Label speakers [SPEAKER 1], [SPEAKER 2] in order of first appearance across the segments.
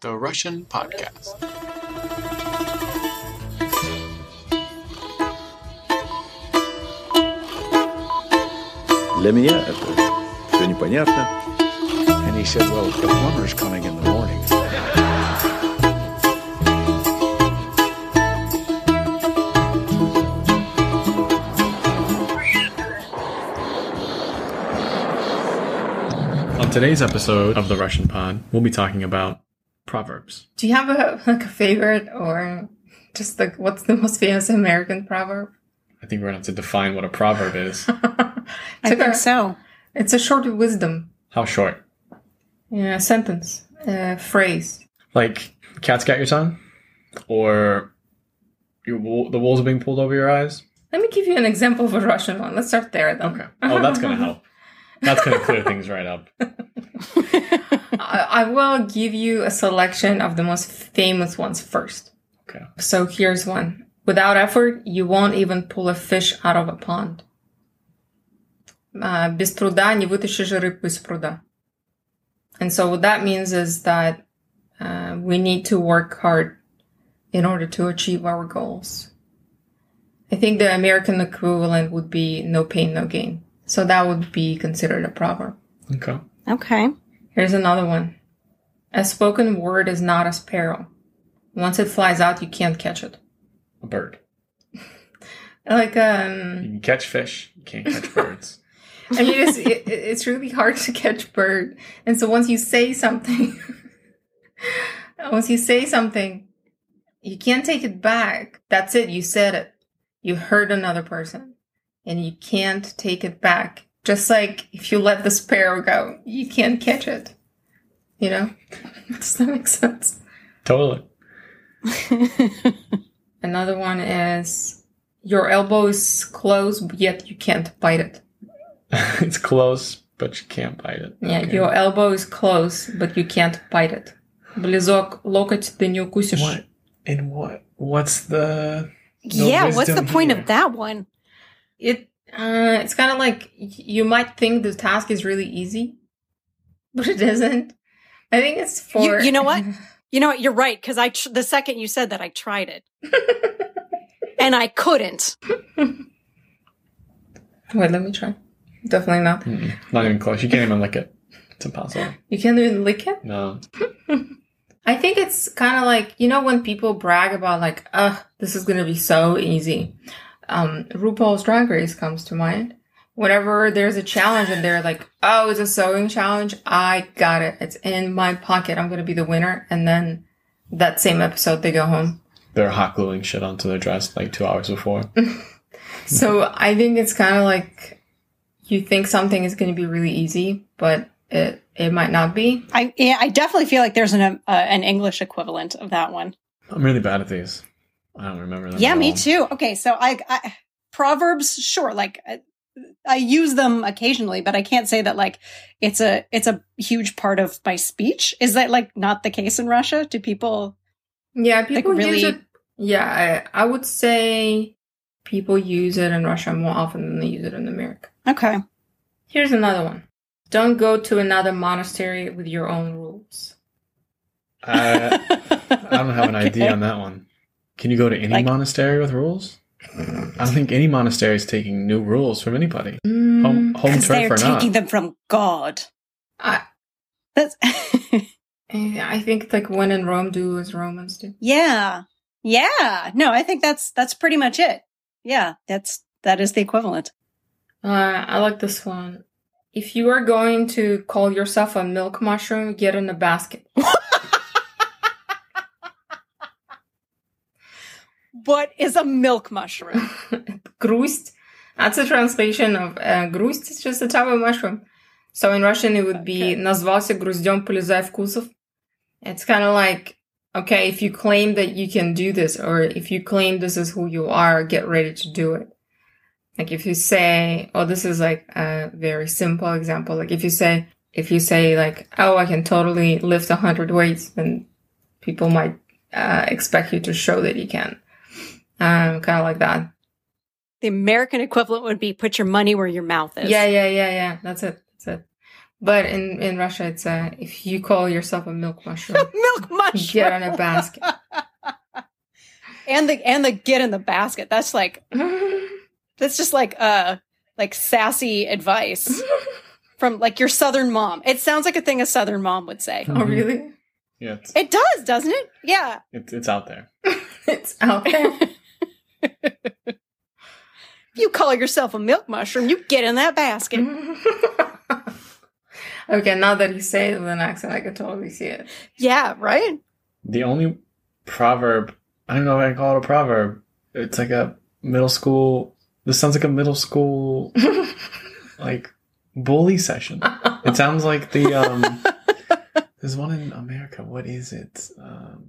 [SPEAKER 1] the Russian podcast.
[SPEAKER 2] Для меня это все непонятно.
[SPEAKER 3] And he said, Well, the plumber's coming in the morning.
[SPEAKER 4] On today's episode of the Russian Pod, we'll be talking about proverbs.
[SPEAKER 5] Do you have a like a favorite or just like what's the most famous American proverb?
[SPEAKER 4] I think we're gonna have to define what a proverb is.
[SPEAKER 6] I
[SPEAKER 5] Took
[SPEAKER 6] think
[SPEAKER 5] a-
[SPEAKER 6] so.
[SPEAKER 5] It's a short wisdom,
[SPEAKER 4] How short?
[SPEAKER 5] yeah, sentence, uh, phrase.
[SPEAKER 4] Like, cat's got your tongue, or your wool, the wool's being pulled over your eyes.
[SPEAKER 5] Let me give you an example of a Russian one. Let's start there then.
[SPEAKER 4] Okay. Oh, that's gonna help. That's gonna clear things right up.
[SPEAKER 5] I, I will give you a selection of the most famous ones first.
[SPEAKER 4] Okay.
[SPEAKER 5] So here's one. Without effort, you won't even pull a fish out of a pond. Uh, без труда не вытащишь рыбу из пруда. And so what that means is that uh, we need to work hard in order to achieve our goals. I think the American equivalent would be no pain, no gain. So that would be considered a proverb.
[SPEAKER 4] Okay.
[SPEAKER 6] Okay.
[SPEAKER 5] Here's another one. A spoken word is not a sparrow. Once it flies out, you can't catch it.
[SPEAKER 4] A bird.
[SPEAKER 5] Like um,
[SPEAKER 4] You can catch fish. You can't catch birds.
[SPEAKER 5] I mean, it's, it, it's really hard to catch bird. And so once you say something, once you say something, you can't take it back. That's it. You said it. You hurt another person and you can't take it back. Just like if you let the sparrow go, you can't catch it. You know? Does that make sense?
[SPEAKER 4] Totally.
[SPEAKER 5] Another one is your elbow is closed, yet you can't bite it.
[SPEAKER 4] it's close, but you can't bite it.
[SPEAKER 5] Yeah,
[SPEAKER 4] Okay.
[SPEAKER 5] your elbow is close, but you can't bite it. Близок локоть, ты не укусишь.
[SPEAKER 4] What? And what? What's the? No
[SPEAKER 6] yeah, what's the
[SPEAKER 4] wisdom
[SPEAKER 6] point
[SPEAKER 4] here.
[SPEAKER 6] of that one?
[SPEAKER 5] It, uh, it's kind of like y- you might think the task is really easy, but it isn't. I think it's for
[SPEAKER 6] You, you know what? You know what? You're right. Because I, tr- the second you said that, I tried it, and I couldn't.
[SPEAKER 5] Wait, let me try. Definitely not.
[SPEAKER 4] Mm-mm. Not even close. You can't even lick it. It's impossible.
[SPEAKER 5] You can't even lick it.
[SPEAKER 4] No.
[SPEAKER 5] I think it's kind of like you know when people brag about like, "Ugh, this is gonna be so easy." Um, RuPaul's Drag Race comes to mind. Whenever there's a challenge and they're like, "Oh, it's a sewing challenge. I got it. It's in my pocket. I'm gonna be the winner." And then that same episode, they go home.
[SPEAKER 4] they're hot gluing shit onto their dress like two hours before.
[SPEAKER 6] Mm-hmm.
[SPEAKER 5] So I think it's kind of like you think something is gonna be really easy, but it it might not be.
[SPEAKER 6] I, yeah, I definitely feel like there's an um, uh, an English equivalent of that one.
[SPEAKER 4] I'm really bad at these. I don't remember them.
[SPEAKER 6] Yeah,
[SPEAKER 4] at
[SPEAKER 6] me
[SPEAKER 4] all.
[SPEAKER 6] too. Okay, so I, I proverbs, sure, like I, I use them occasionally, but I can't say that like it's a it's a huge part of my speech. Is that like not the case in Russia? Do people?
[SPEAKER 5] Yeah, people use
[SPEAKER 6] really-
[SPEAKER 5] it. Yeah, I, I would say people use it in Russia more often than they use it in America.
[SPEAKER 6] Okay,
[SPEAKER 5] Here's another one. Don't go to another monastery with your own rules.
[SPEAKER 4] I, I don't have an idea
[SPEAKER 6] Okay.
[SPEAKER 4] on that one. Can you go to any
[SPEAKER 6] Like-
[SPEAKER 4] monastery with rules? I don't think any monastery is taking new rules from anybody. Home, home turf
[SPEAKER 6] because Mm, they're
[SPEAKER 4] or not.
[SPEAKER 6] taking them from God.
[SPEAKER 5] I,
[SPEAKER 6] That's
[SPEAKER 5] I think like when in Rome do as Romans do.
[SPEAKER 6] yeah, yeah. No, I think that's that's pretty much it. Yeah, that's that is the equivalent.
[SPEAKER 5] Uh, I like this one. If you are going to call yourself a milk mushroom, get in a basket.
[SPEAKER 6] What is a milk mushroom?
[SPEAKER 5] Грусть. That's a translation of uh, грусть. It's just a type of mushroom. So in Russian, it would be
[SPEAKER 6] Okay.
[SPEAKER 5] назвался груздем полезай вкусов. It's kind of like, okay, if you claim that you can do this, or if you claim this is who you are, get ready to do it. Like if you say, oh, this is like a very simple example. Like if you say, if you say like, oh, I can totally lift a hundred weights, then people might uh, expect you to show that you can. Um, kind of like that.
[SPEAKER 6] the American equivalent would be put your money where your mouth is.
[SPEAKER 5] Yeah, yeah, yeah, yeah. That's it. That's it. But in, in Russia, it's a, if you call yourself a milk mushroom,
[SPEAKER 6] Milk mushroom.
[SPEAKER 5] get on a basket.
[SPEAKER 6] and the and the get in the basket. That's like
[SPEAKER 5] Oh,
[SPEAKER 6] that's just like uh like sassy advice from like your southern mom. It sounds like a thing a southern mom would say.
[SPEAKER 5] oh, really?
[SPEAKER 4] Mm-hmm. Yeah, it's,
[SPEAKER 6] It does, doesn't it? Yeah.
[SPEAKER 4] it's, it's out there.
[SPEAKER 5] It's out there.
[SPEAKER 6] You call yourself a milk mushroom, you get in that basket.
[SPEAKER 5] okay, now that you say it with an accent, I can totally see it.
[SPEAKER 6] Yeah, right?
[SPEAKER 4] The only proverb, I don't know if I call it a proverb. It's like a middle school, this sounds like a middle school, like, bully session. It sounds like the, um, there's one in America. What is it? Um,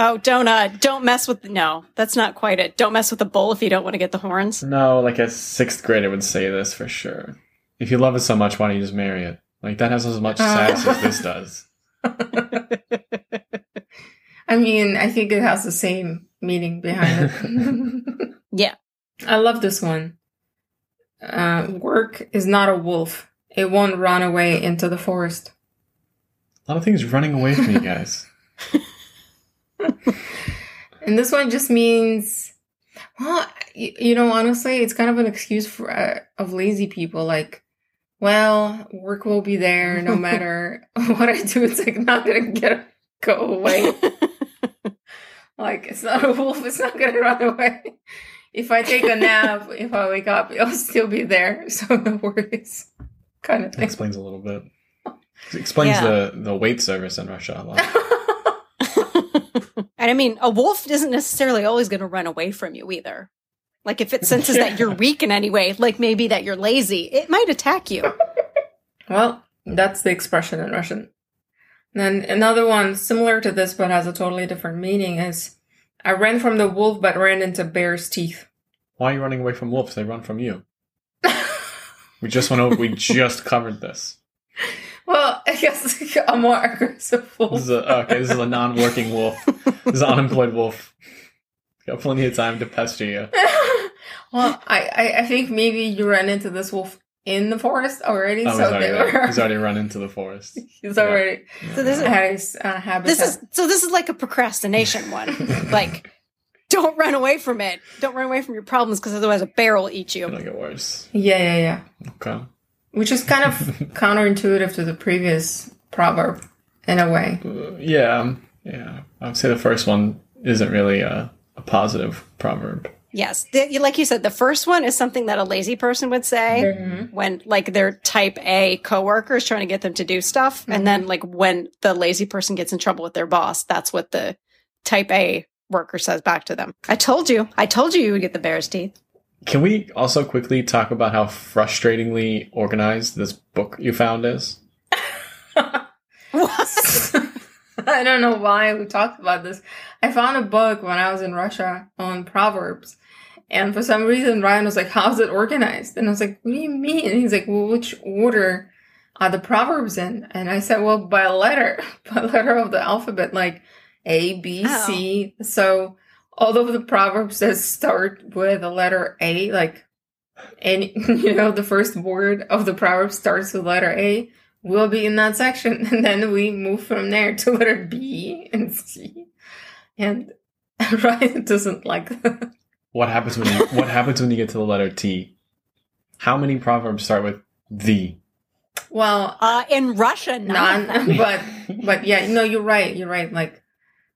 [SPEAKER 6] Oh, don't uh don't mess with no, that's not quite it. Don't mess with the bowl if you don't want to get the horns.
[SPEAKER 4] no, like a sixth grader would say this for sure. If you love it so much, why don't you just marry it? Like, that has as much sass as this does.
[SPEAKER 5] I mean, I think it has the same meaning behind it.
[SPEAKER 6] Yeah.
[SPEAKER 5] I love this one. Uh, work is not a wolf. It won't run away into the forest.
[SPEAKER 4] A lot of things running away from you guys.
[SPEAKER 5] And this one just means, well, y- you know, honestly, it's kind of an excuse for uh, of lazy people. Like, well, work will be there no matter what I do. It's like not gonna get go away. like, it's not a wolf. It's not gonna run away. If I take a nap, if I wake up, it'll still be there. So no worries, kind of
[SPEAKER 4] That
[SPEAKER 5] thing.
[SPEAKER 4] explains a little bit. It explains
[SPEAKER 6] Yeah.
[SPEAKER 4] the, the wait service in Russia a lot.
[SPEAKER 6] And I mean, a wolf isn't necessarily always going to run away from you either. Like if it senses that you're weak in any way, like maybe that you're lazy, it might attack you.
[SPEAKER 5] Well, that's the expression in Russian. Then another one similar to this but has a totally different meaning is I ran from the wolf but ran into bear's teeth.
[SPEAKER 4] Why are you running away from wolves? They run from you. we just went over. We just covered this.
[SPEAKER 5] Well, I guess a more aggressive
[SPEAKER 4] This is
[SPEAKER 5] wolf.
[SPEAKER 4] a okay. This is a non-working wolf. This is an unemployed wolf. Got plenty of time to pester you.
[SPEAKER 5] well, I, I, I think maybe you ran into this wolf in the forest already,
[SPEAKER 4] Oh, he's
[SPEAKER 5] so
[SPEAKER 4] already,
[SPEAKER 5] they
[SPEAKER 4] there.
[SPEAKER 5] were.
[SPEAKER 4] he's already run into the forest.
[SPEAKER 5] he's already
[SPEAKER 6] So this is
[SPEAKER 5] had his uh, habitat.
[SPEAKER 6] this is so this is like a procrastination one. like don't run away from it. Don't run away from your problems because otherwise a bear will eat you.
[SPEAKER 4] It'll get worse.
[SPEAKER 5] yeah, yeah, yeah.
[SPEAKER 4] Okay.
[SPEAKER 5] Which is kind of counterintuitive to the previous proverb in a way.
[SPEAKER 4] Uh, yeah. um, Yeah. I would say the first one isn't really a, a positive proverb.
[SPEAKER 6] Yes. The- like you said, the first one is something that a lazy person would say
[SPEAKER 4] Mm-hmm.
[SPEAKER 6] when like their type A coworker is trying to get them to do stuff. And then like when the lazy person gets in trouble with their boss, that's what the type A worker says back to them. I told you. I told you you would get the bear's teeth.
[SPEAKER 4] Can we also quickly talk about how frustratingly organized this book you found is?
[SPEAKER 6] Uh,
[SPEAKER 5] I don't know why we talked about this. I found a book when I was in Russia on proverbs. And for some reason, Ryan was like, How's it organized? And I was like, What do you mean? And he's like, Well, which order are the proverbs in? And I said, Well, by letter, by letter of the alphabet, like A, B,
[SPEAKER 6] Oh.
[SPEAKER 5] C. So all of the proverbs that start with the letter A, like, and you know, the first word of the proverb starts with letter A will be in that section. And then we move from there to letter B and C. And Ryan doesn't like that.
[SPEAKER 4] What happens when you, what happens when you get to the letter T? How many proverbs start with the?
[SPEAKER 5] Well,
[SPEAKER 6] Uh, in Russia, none. of
[SPEAKER 5] none,
[SPEAKER 6] them.
[SPEAKER 5] but, but yeah, no, you're right. You're right. Like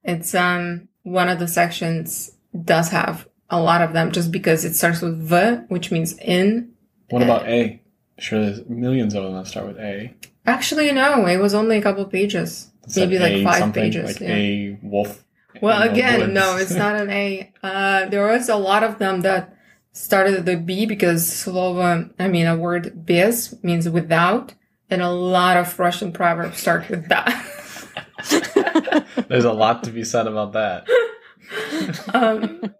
[SPEAKER 5] it's, um, one of the sections does have a lot of them just because it starts with V, which means in.
[SPEAKER 4] What about A? Sure, there's millions of them that start with A.
[SPEAKER 5] Actually, no, it was only a couple pages,
[SPEAKER 4] It's
[SPEAKER 5] maybe
[SPEAKER 4] A
[SPEAKER 5] like five
[SPEAKER 4] something,
[SPEAKER 5] pages.
[SPEAKER 4] Like
[SPEAKER 5] yeah.
[SPEAKER 4] A wolf.
[SPEAKER 5] Well,
[SPEAKER 4] in the
[SPEAKER 5] again,
[SPEAKER 4] woods.
[SPEAKER 5] no, it's not an A. Uh, there was a lot of them that started with a B because Slova, I mean, a word "bez" means without, and a lot of Russian proverbs start with that.
[SPEAKER 4] There's a lot to be said about that.
[SPEAKER 5] um,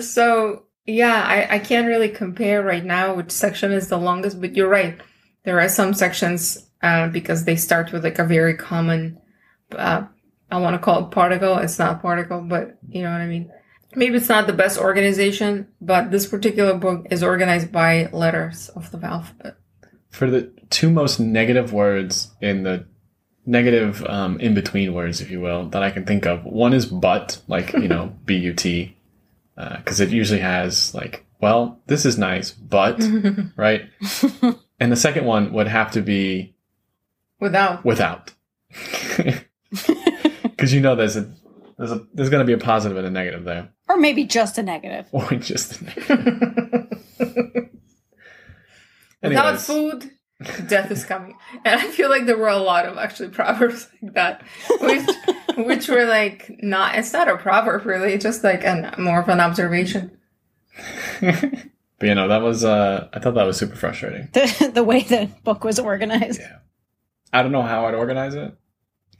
[SPEAKER 5] so yeah, I, I can't really compare right now which section is the longest, but you're right. There are some sections uh, because they start with like a very common. Uh, I want to call it particle. It's not particle, but you know what I mean. Maybe it's not the best organization, but this particular book is organized by letters of the alphabet.
[SPEAKER 4] for the two most negative words in the negative um, in between words, if you will, that I can think of. One is but, like you know, b u t, because it usually has like, well, this is nice, but right. and the second one would have to be
[SPEAKER 5] Without.
[SPEAKER 4] without, because you know there's a there's a there's going to be a positive and a negative there,
[SPEAKER 6] Or maybe just a negative.
[SPEAKER 4] or just a negative.
[SPEAKER 5] Without
[SPEAKER 4] Anyways.
[SPEAKER 5] food, death is coming. And I feel like there were a lot of actually proverbs like that, which which were like not. It's not a proverb really, it's just like an more of an observation.
[SPEAKER 4] But you know, that was uh I thought that was super frustrating.
[SPEAKER 6] The the way the book was organized.
[SPEAKER 4] Yeah. I don't know how I'd organize it,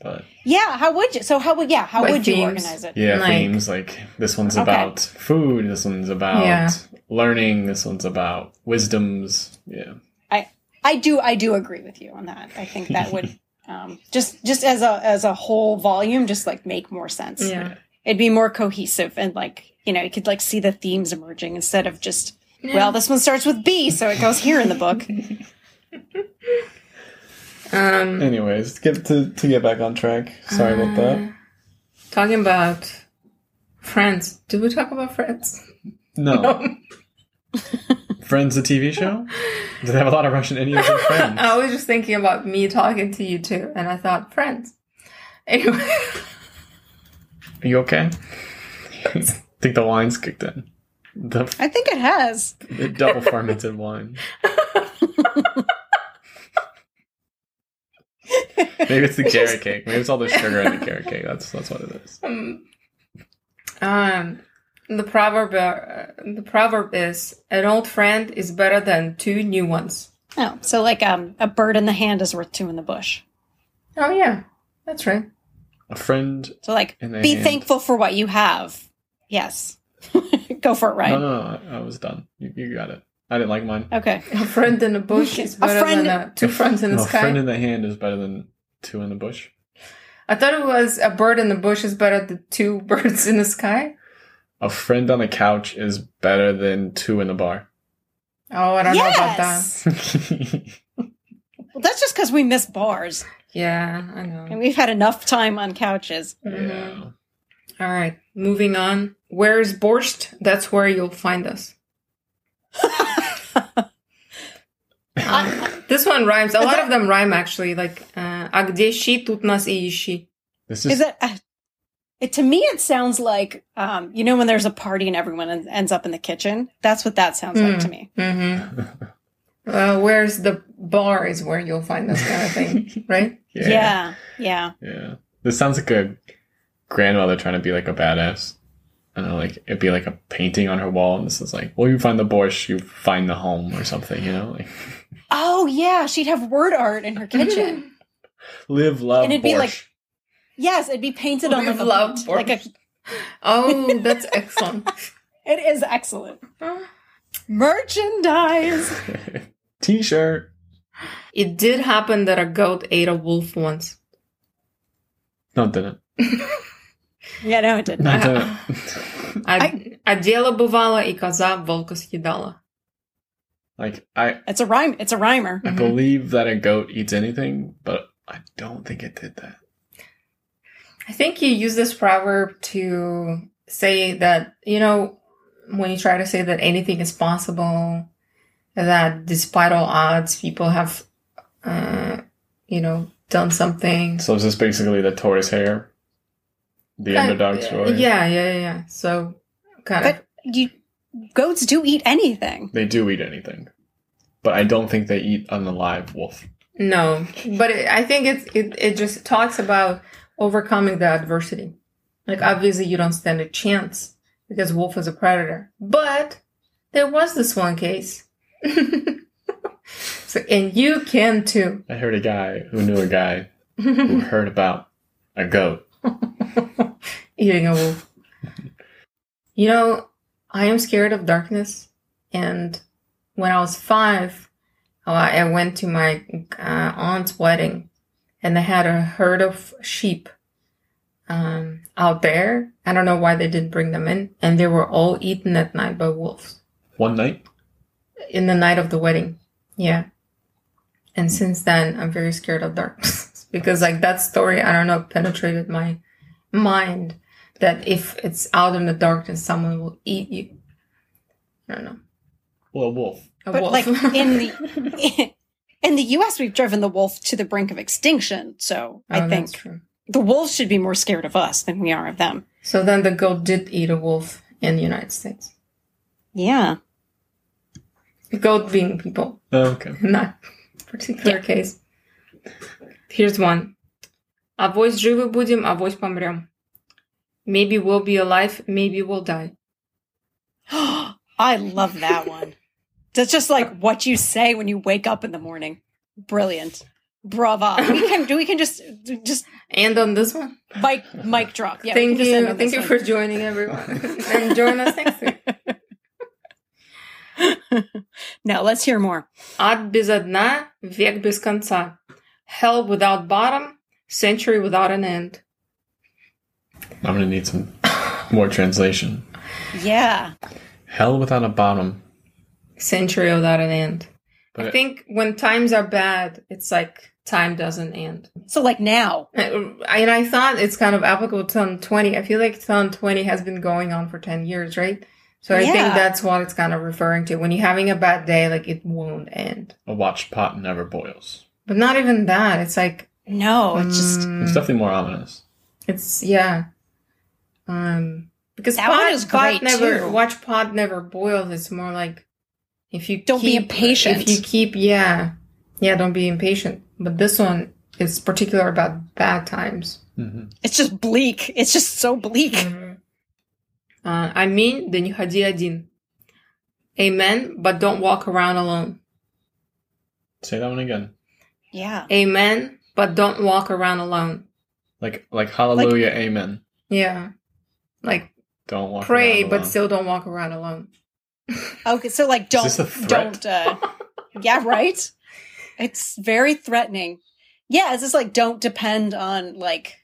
[SPEAKER 4] but
[SPEAKER 6] Yeah, how would you? So how would yeah, how
[SPEAKER 5] By
[SPEAKER 6] would you
[SPEAKER 5] themes.
[SPEAKER 6] organize it?
[SPEAKER 4] yeah,
[SPEAKER 5] Like-
[SPEAKER 4] themes like this one's
[SPEAKER 6] Okay.
[SPEAKER 4] about food, this one's about
[SPEAKER 5] Yeah.
[SPEAKER 4] learning, this one's about wisdoms. Yeah.
[SPEAKER 6] I do I do agree with you on that. I think that would um, just just as a as a whole volume just like make more sense.
[SPEAKER 5] Yeah.
[SPEAKER 6] It'd be more cohesive and like, you know, you could like see the themes emerging instead of just well, this one starts with B, so it goes here in the book.
[SPEAKER 5] Um,
[SPEAKER 4] Anyways, get to to get back on track. Sorry about
[SPEAKER 5] Uh.
[SPEAKER 4] that.
[SPEAKER 5] talking about friends. Did we talk about friends?
[SPEAKER 4] No. Friends the TV show? Do they have a lot of Russian Indians and friends?
[SPEAKER 5] I was just thinking about me talking to you too, and I thought friends. Anyway,
[SPEAKER 4] Are you okay? I think the wine's kicked in. The,
[SPEAKER 6] I think it has.
[SPEAKER 4] the double fermented wine. Maybe it's the carrot cake. Maybe it's all the sugar in the carrot cake. That's that's what it is.
[SPEAKER 5] um, um, the proverb uh, the proverb is an old friend is better than two new ones.
[SPEAKER 6] Oh, so like um, a bird in the hand is worth two in the bush.
[SPEAKER 5] Oh yeah, that's right.
[SPEAKER 4] A friend.
[SPEAKER 6] So like
[SPEAKER 4] In the
[SPEAKER 6] be
[SPEAKER 4] hand.
[SPEAKER 6] thankful for what you have. Yes. Go for it,
[SPEAKER 4] No,
[SPEAKER 6] Ryan.
[SPEAKER 4] no, no. I, I was done. You, you got it. I didn't like mine.
[SPEAKER 6] Okay.
[SPEAKER 5] A friend in a bush is
[SPEAKER 6] A
[SPEAKER 5] better
[SPEAKER 6] friend-
[SPEAKER 5] than a, two friends in the
[SPEAKER 4] No, a
[SPEAKER 5] sky.
[SPEAKER 4] friend in the hand is better than two in the bush.
[SPEAKER 5] I thought it was a bird in the bush is better than two birds in the sky.
[SPEAKER 4] A friend on a couch is better than two in a bar.
[SPEAKER 5] Oh, I don't know about that.
[SPEAKER 6] yes. Well, that's just because we miss bars
[SPEAKER 5] Yeah, I
[SPEAKER 6] and
[SPEAKER 5] know.
[SPEAKER 6] we've had enough time on couches.
[SPEAKER 5] Mhm.
[SPEAKER 4] yeah.
[SPEAKER 5] All right, moving on. Where is Borscht? That's where you'll find us.
[SPEAKER 6] Uh,
[SPEAKER 5] This one rhymes. A lot of them rhyme actually. Like, uh, а где щи, тут нас и ищи.
[SPEAKER 4] This
[SPEAKER 6] Is
[SPEAKER 4] is
[SPEAKER 6] it, uh, it to me? It sounds like um, you know when there's a party and everyone en- ends up in the kitchen. That's what that sounds like to me.
[SPEAKER 5] Mm-hmm. Uh, where's the bar is where you'll find us kind of thing, right?
[SPEAKER 6] Yeah, yeah.
[SPEAKER 4] Yeah. This sounds like a grandmother trying to be like a badass. I don't know, like it'd be like a painting on her wall, and this is like, well, you find the borscht, you find the home, or something, you know, like
[SPEAKER 6] Oh yeah, she'd have word art in her kitchen.
[SPEAKER 4] live, love,
[SPEAKER 6] And it'd be
[SPEAKER 4] borscht.
[SPEAKER 6] like- yes, it'd be painted on
[SPEAKER 5] We've
[SPEAKER 6] like a,
[SPEAKER 5] loved
[SPEAKER 6] like a.
[SPEAKER 5] Oh, that's excellent.
[SPEAKER 6] It is excellent merchandise.
[SPEAKER 4] T-shirt.
[SPEAKER 5] It did happen that a goat ate a wolf once.
[SPEAKER 4] No, it didn't.
[SPEAKER 6] Yeah, no, it didn't.
[SPEAKER 4] No, it didn't.
[SPEAKER 5] А, а дело бывало, и коза волка съедала.
[SPEAKER 4] like I,
[SPEAKER 6] It's a rhyme. It's a rhymer.
[SPEAKER 4] I believe that a goat eats anything, but I don't think it did that.
[SPEAKER 5] I think you use this proverb to say that, you know, when you try to say that anything is possible, that despite all odds, people have, uh, you know, done something.
[SPEAKER 4] So is this basically the tortoise hair? The
[SPEAKER 6] Uh,
[SPEAKER 4] underdog story.
[SPEAKER 5] Yeah, yeah, yeah, yeah. So, kind of.
[SPEAKER 6] But you goats do eat anything.
[SPEAKER 4] They do eat anything, but I don't think they eat an alive wolf.
[SPEAKER 5] No, but it, I think it's, it, it just talks about overcoming the adversity. Like, obviously, you don't stand a chance because wolf is a predator. But there was this one case. so, and you can too.
[SPEAKER 4] I heard a guy who knew a guy who heard about a goat.
[SPEAKER 5] Eating a wolf. You know, I am scared of darkness. And when I was five, uh, I went to my uh, aunt's wedding and they had a herd of sheep um, out there. I don't know why they didn't bring them in. And they were all eaten at night by wolves
[SPEAKER 4] One night,
[SPEAKER 5] in the night of the wedding. Yeah. And since then, I'm very scared of darkness because like that story, I don't know, penetrated my mind that if it's out in the darkness, someone will eat you. I don't know.
[SPEAKER 4] Well, a wolf.
[SPEAKER 5] A
[SPEAKER 6] But
[SPEAKER 5] wolf. Oh,
[SPEAKER 6] like in the in the U.S., we've driven the wolf to the brink of extinction. So
[SPEAKER 5] Oh,
[SPEAKER 6] I
[SPEAKER 5] that's
[SPEAKER 6] think
[SPEAKER 5] true.
[SPEAKER 6] the wolves should be more scared of us than we are of them.
[SPEAKER 5] So then the goat did eat a wolf in the United States.
[SPEAKER 6] Yeah,
[SPEAKER 5] The goat being people,
[SPEAKER 4] Oh, okay.
[SPEAKER 5] in that particular case. Here's one. Авось живы будем, авось помрем. Maybe we'll be alive, maybe we'll die.
[SPEAKER 6] I love that one. That's just like what you say when you wake up in the morning. Brilliant, bravo. We can we can just just
[SPEAKER 5] And on this one,
[SPEAKER 6] mic mic drop. Yeah, we
[SPEAKER 5] thank
[SPEAKER 6] can just end
[SPEAKER 5] you,
[SPEAKER 6] on
[SPEAKER 5] thank
[SPEAKER 6] this
[SPEAKER 5] you
[SPEAKER 6] one.
[SPEAKER 5] for joining everyone, and join us next week.
[SPEAKER 6] Now let's hear more.
[SPEAKER 5] Ад без дна, век без конца. Hell without bottom, century without an end.
[SPEAKER 4] I'm gonna need some more translation.
[SPEAKER 6] Yeah.
[SPEAKER 4] Hell without a bottom.
[SPEAKER 5] Century without an end. I
[SPEAKER 4] But-
[SPEAKER 5] think when times are bad, it's like time doesn't end.
[SPEAKER 6] So like now.
[SPEAKER 5] I- And I thought it's kind of applicable to Ton 20. I feel like Ton 20 has been going on for 10 years, right? So I think
[SPEAKER 6] Yeah.
[SPEAKER 5] that's what it's kind of referring to. When you're having a bad day, like it won't end.
[SPEAKER 4] A watched pot never boils.
[SPEAKER 5] But not even that. It's like,
[SPEAKER 6] No, Oh, it's just
[SPEAKER 5] mm,
[SPEAKER 4] It's definitely more ominous.
[SPEAKER 5] It's yeah. Um because
[SPEAKER 6] That
[SPEAKER 5] pot,
[SPEAKER 6] one is
[SPEAKER 5] pot
[SPEAKER 6] great,
[SPEAKER 5] never
[SPEAKER 6] too.
[SPEAKER 5] watch pot never boils. It's more like if you
[SPEAKER 6] Don't be
[SPEAKER 5] keep-
[SPEAKER 6] impatient.
[SPEAKER 5] If you keep yeah. Yeah, don't be impatient. But this one is particular about bad times.
[SPEAKER 4] Mm-hmm.
[SPEAKER 6] it's just bleak. It's just so bleak.
[SPEAKER 5] Uh, I mean, да не ходи один. Amen, but don't walk around alone.
[SPEAKER 4] Say that one again.
[SPEAKER 6] Yeah.
[SPEAKER 5] Amen, but don't walk around alone.
[SPEAKER 4] Like like hallelujah, amen.
[SPEAKER 5] Yeah. Like
[SPEAKER 4] Don't walk.
[SPEAKER 5] pray,
[SPEAKER 4] around
[SPEAKER 5] but
[SPEAKER 4] alone.
[SPEAKER 5] still don't walk around alone.
[SPEAKER 6] Oh, Okay, so like don't
[SPEAKER 4] this a threat?
[SPEAKER 6] don't uh Yeah, right? It's very threatening. Yeah, it's just like don't depend on like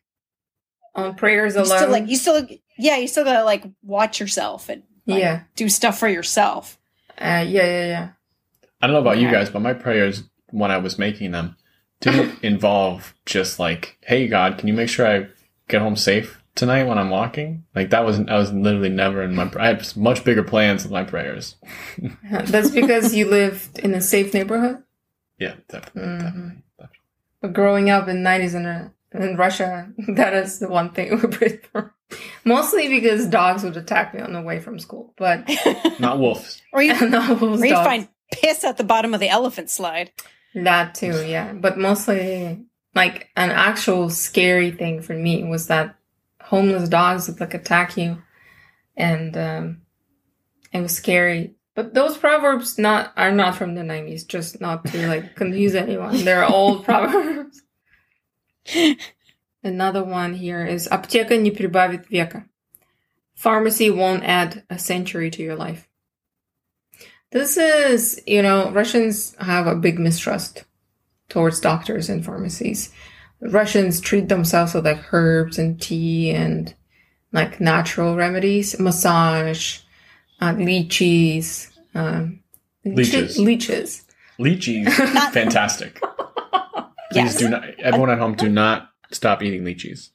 [SPEAKER 5] On prayers
[SPEAKER 6] you
[SPEAKER 5] alone.
[SPEAKER 6] still like you still yeah, you still gotta like watch yourself and like,
[SPEAKER 5] yeah.
[SPEAKER 6] do stuff for yourself.
[SPEAKER 5] Uh, yeah, yeah, yeah.
[SPEAKER 4] I don't know about you
[SPEAKER 5] Okay.
[SPEAKER 4] guys, but my prayers when I was making them didn't involve just like, "Hey God, can you make sure I get home safe tonight when I'm walking?" Like that was I was literally never in my. I had much bigger plans with my prayers.
[SPEAKER 5] That's because you lived in a safe neighborhood.
[SPEAKER 4] Yeah, definitely,
[SPEAKER 5] Mhm.
[SPEAKER 6] Mm-hmm.
[SPEAKER 4] definitely.
[SPEAKER 5] But growing up in nineties in a, in Russia, that is the one thing we prayed for. Mostly because dogs would attack me on the way from school. But
[SPEAKER 4] Not wolves.
[SPEAKER 6] Or you
[SPEAKER 5] no, it was
[SPEAKER 6] or you
[SPEAKER 5] dogs.
[SPEAKER 6] find piss at the bottom of the elephant slide.
[SPEAKER 5] that too, yeah. But mostly like an actual scary thing for me was that homeless dogs would like attack you and um it was scary. But those proverbs not are not from the nineties, just not to like confuse anyone. They're old proverbs. Another one here is аптека не прибавит века. Pharmacy won't add a century to your life. This is, you know, Russians have a big mistrust towards doctors and pharmacies. Russians treat themselves with like herbs and tea and like natural remedies, massage, uh, lychees, um,
[SPEAKER 4] Leeches.
[SPEAKER 5] leeches.
[SPEAKER 4] Lychees,
[SPEAKER 6] Not-
[SPEAKER 4] fantastic. Please
[SPEAKER 6] Yes.
[SPEAKER 4] do not. Everyone at home, do not stop eating lychees.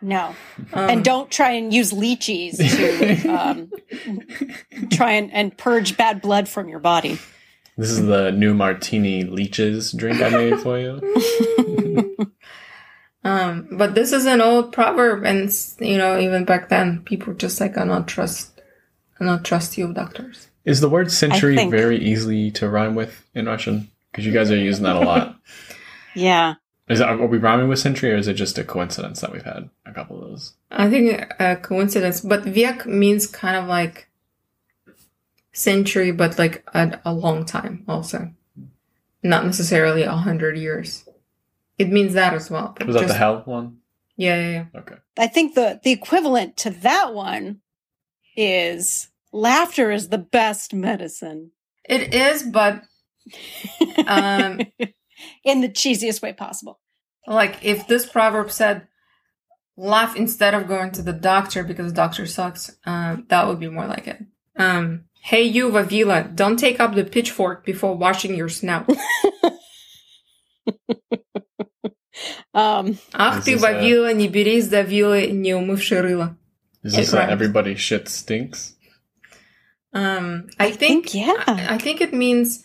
[SPEAKER 6] No.
[SPEAKER 5] Um,
[SPEAKER 6] and don't try and use lychees to um, try and, and purge bad blood from your body.
[SPEAKER 4] This is the new martini leeches drink I made for you.
[SPEAKER 5] Um, but this is an old proverb, and s- you know, even back then, people just like, "I not trust, I not trust you, doctors."
[SPEAKER 4] Is the word century
[SPEAKER 6] think-
[SPEAKER 4] very easy to rhyme with in Russian? Because you guys are using that a lot.
[SPEAKER 6] Yeah.
[SPEAKER 4] Is that, are we rhyming with century, or is it just a coincidence that we've had a couple of those?
[SPEAKER 5] I think a coincidence, but vek means kind of like century, but like a, a long time, also, not necessarily a hundred years. It means that as well. but
[SPEAKER 4] Was that the
[SPEAKER 5] just-
[SPEAKER 4] hell one?
[SPEAKER 5] Yeah, yeah, yeah.
[SPEAKER 4] Okay.
[SPEAKER 6] I think the, the equivalent to that one is laughter is the best medicine
[SPEAKER 5] It is, but um,
[SPEAKER 6] in the cheesiest way possible.
[SPEAKER 5] Like if this proverb said, "Laugh instead of going to the doctor because the doctor sucks," um, that would be more like it. Um, hey, you, Vavila, don't take up the pitchfork before washing your snout.
[SPEAKER 6] Um,
[SPEAKER 5] Ах
[SPEAKER 4] This
[SPEAKER 5] ты
[SPEAKER 4] is, uh,
[SPEAKER 5] бавила, не берись за вилы, не умывши рыло.
[SPEAKER 4] Is
[SPEAKER 5] It
[SPEAKER 4] this that
[SPEAKER 5] rhymes.
[SPEAKER 4] everybody shit stinks?
[SPEAKER 5] Um, I think,
[SPEAKER 6] think, yeah.
[SPEAKER 5] I, I think it means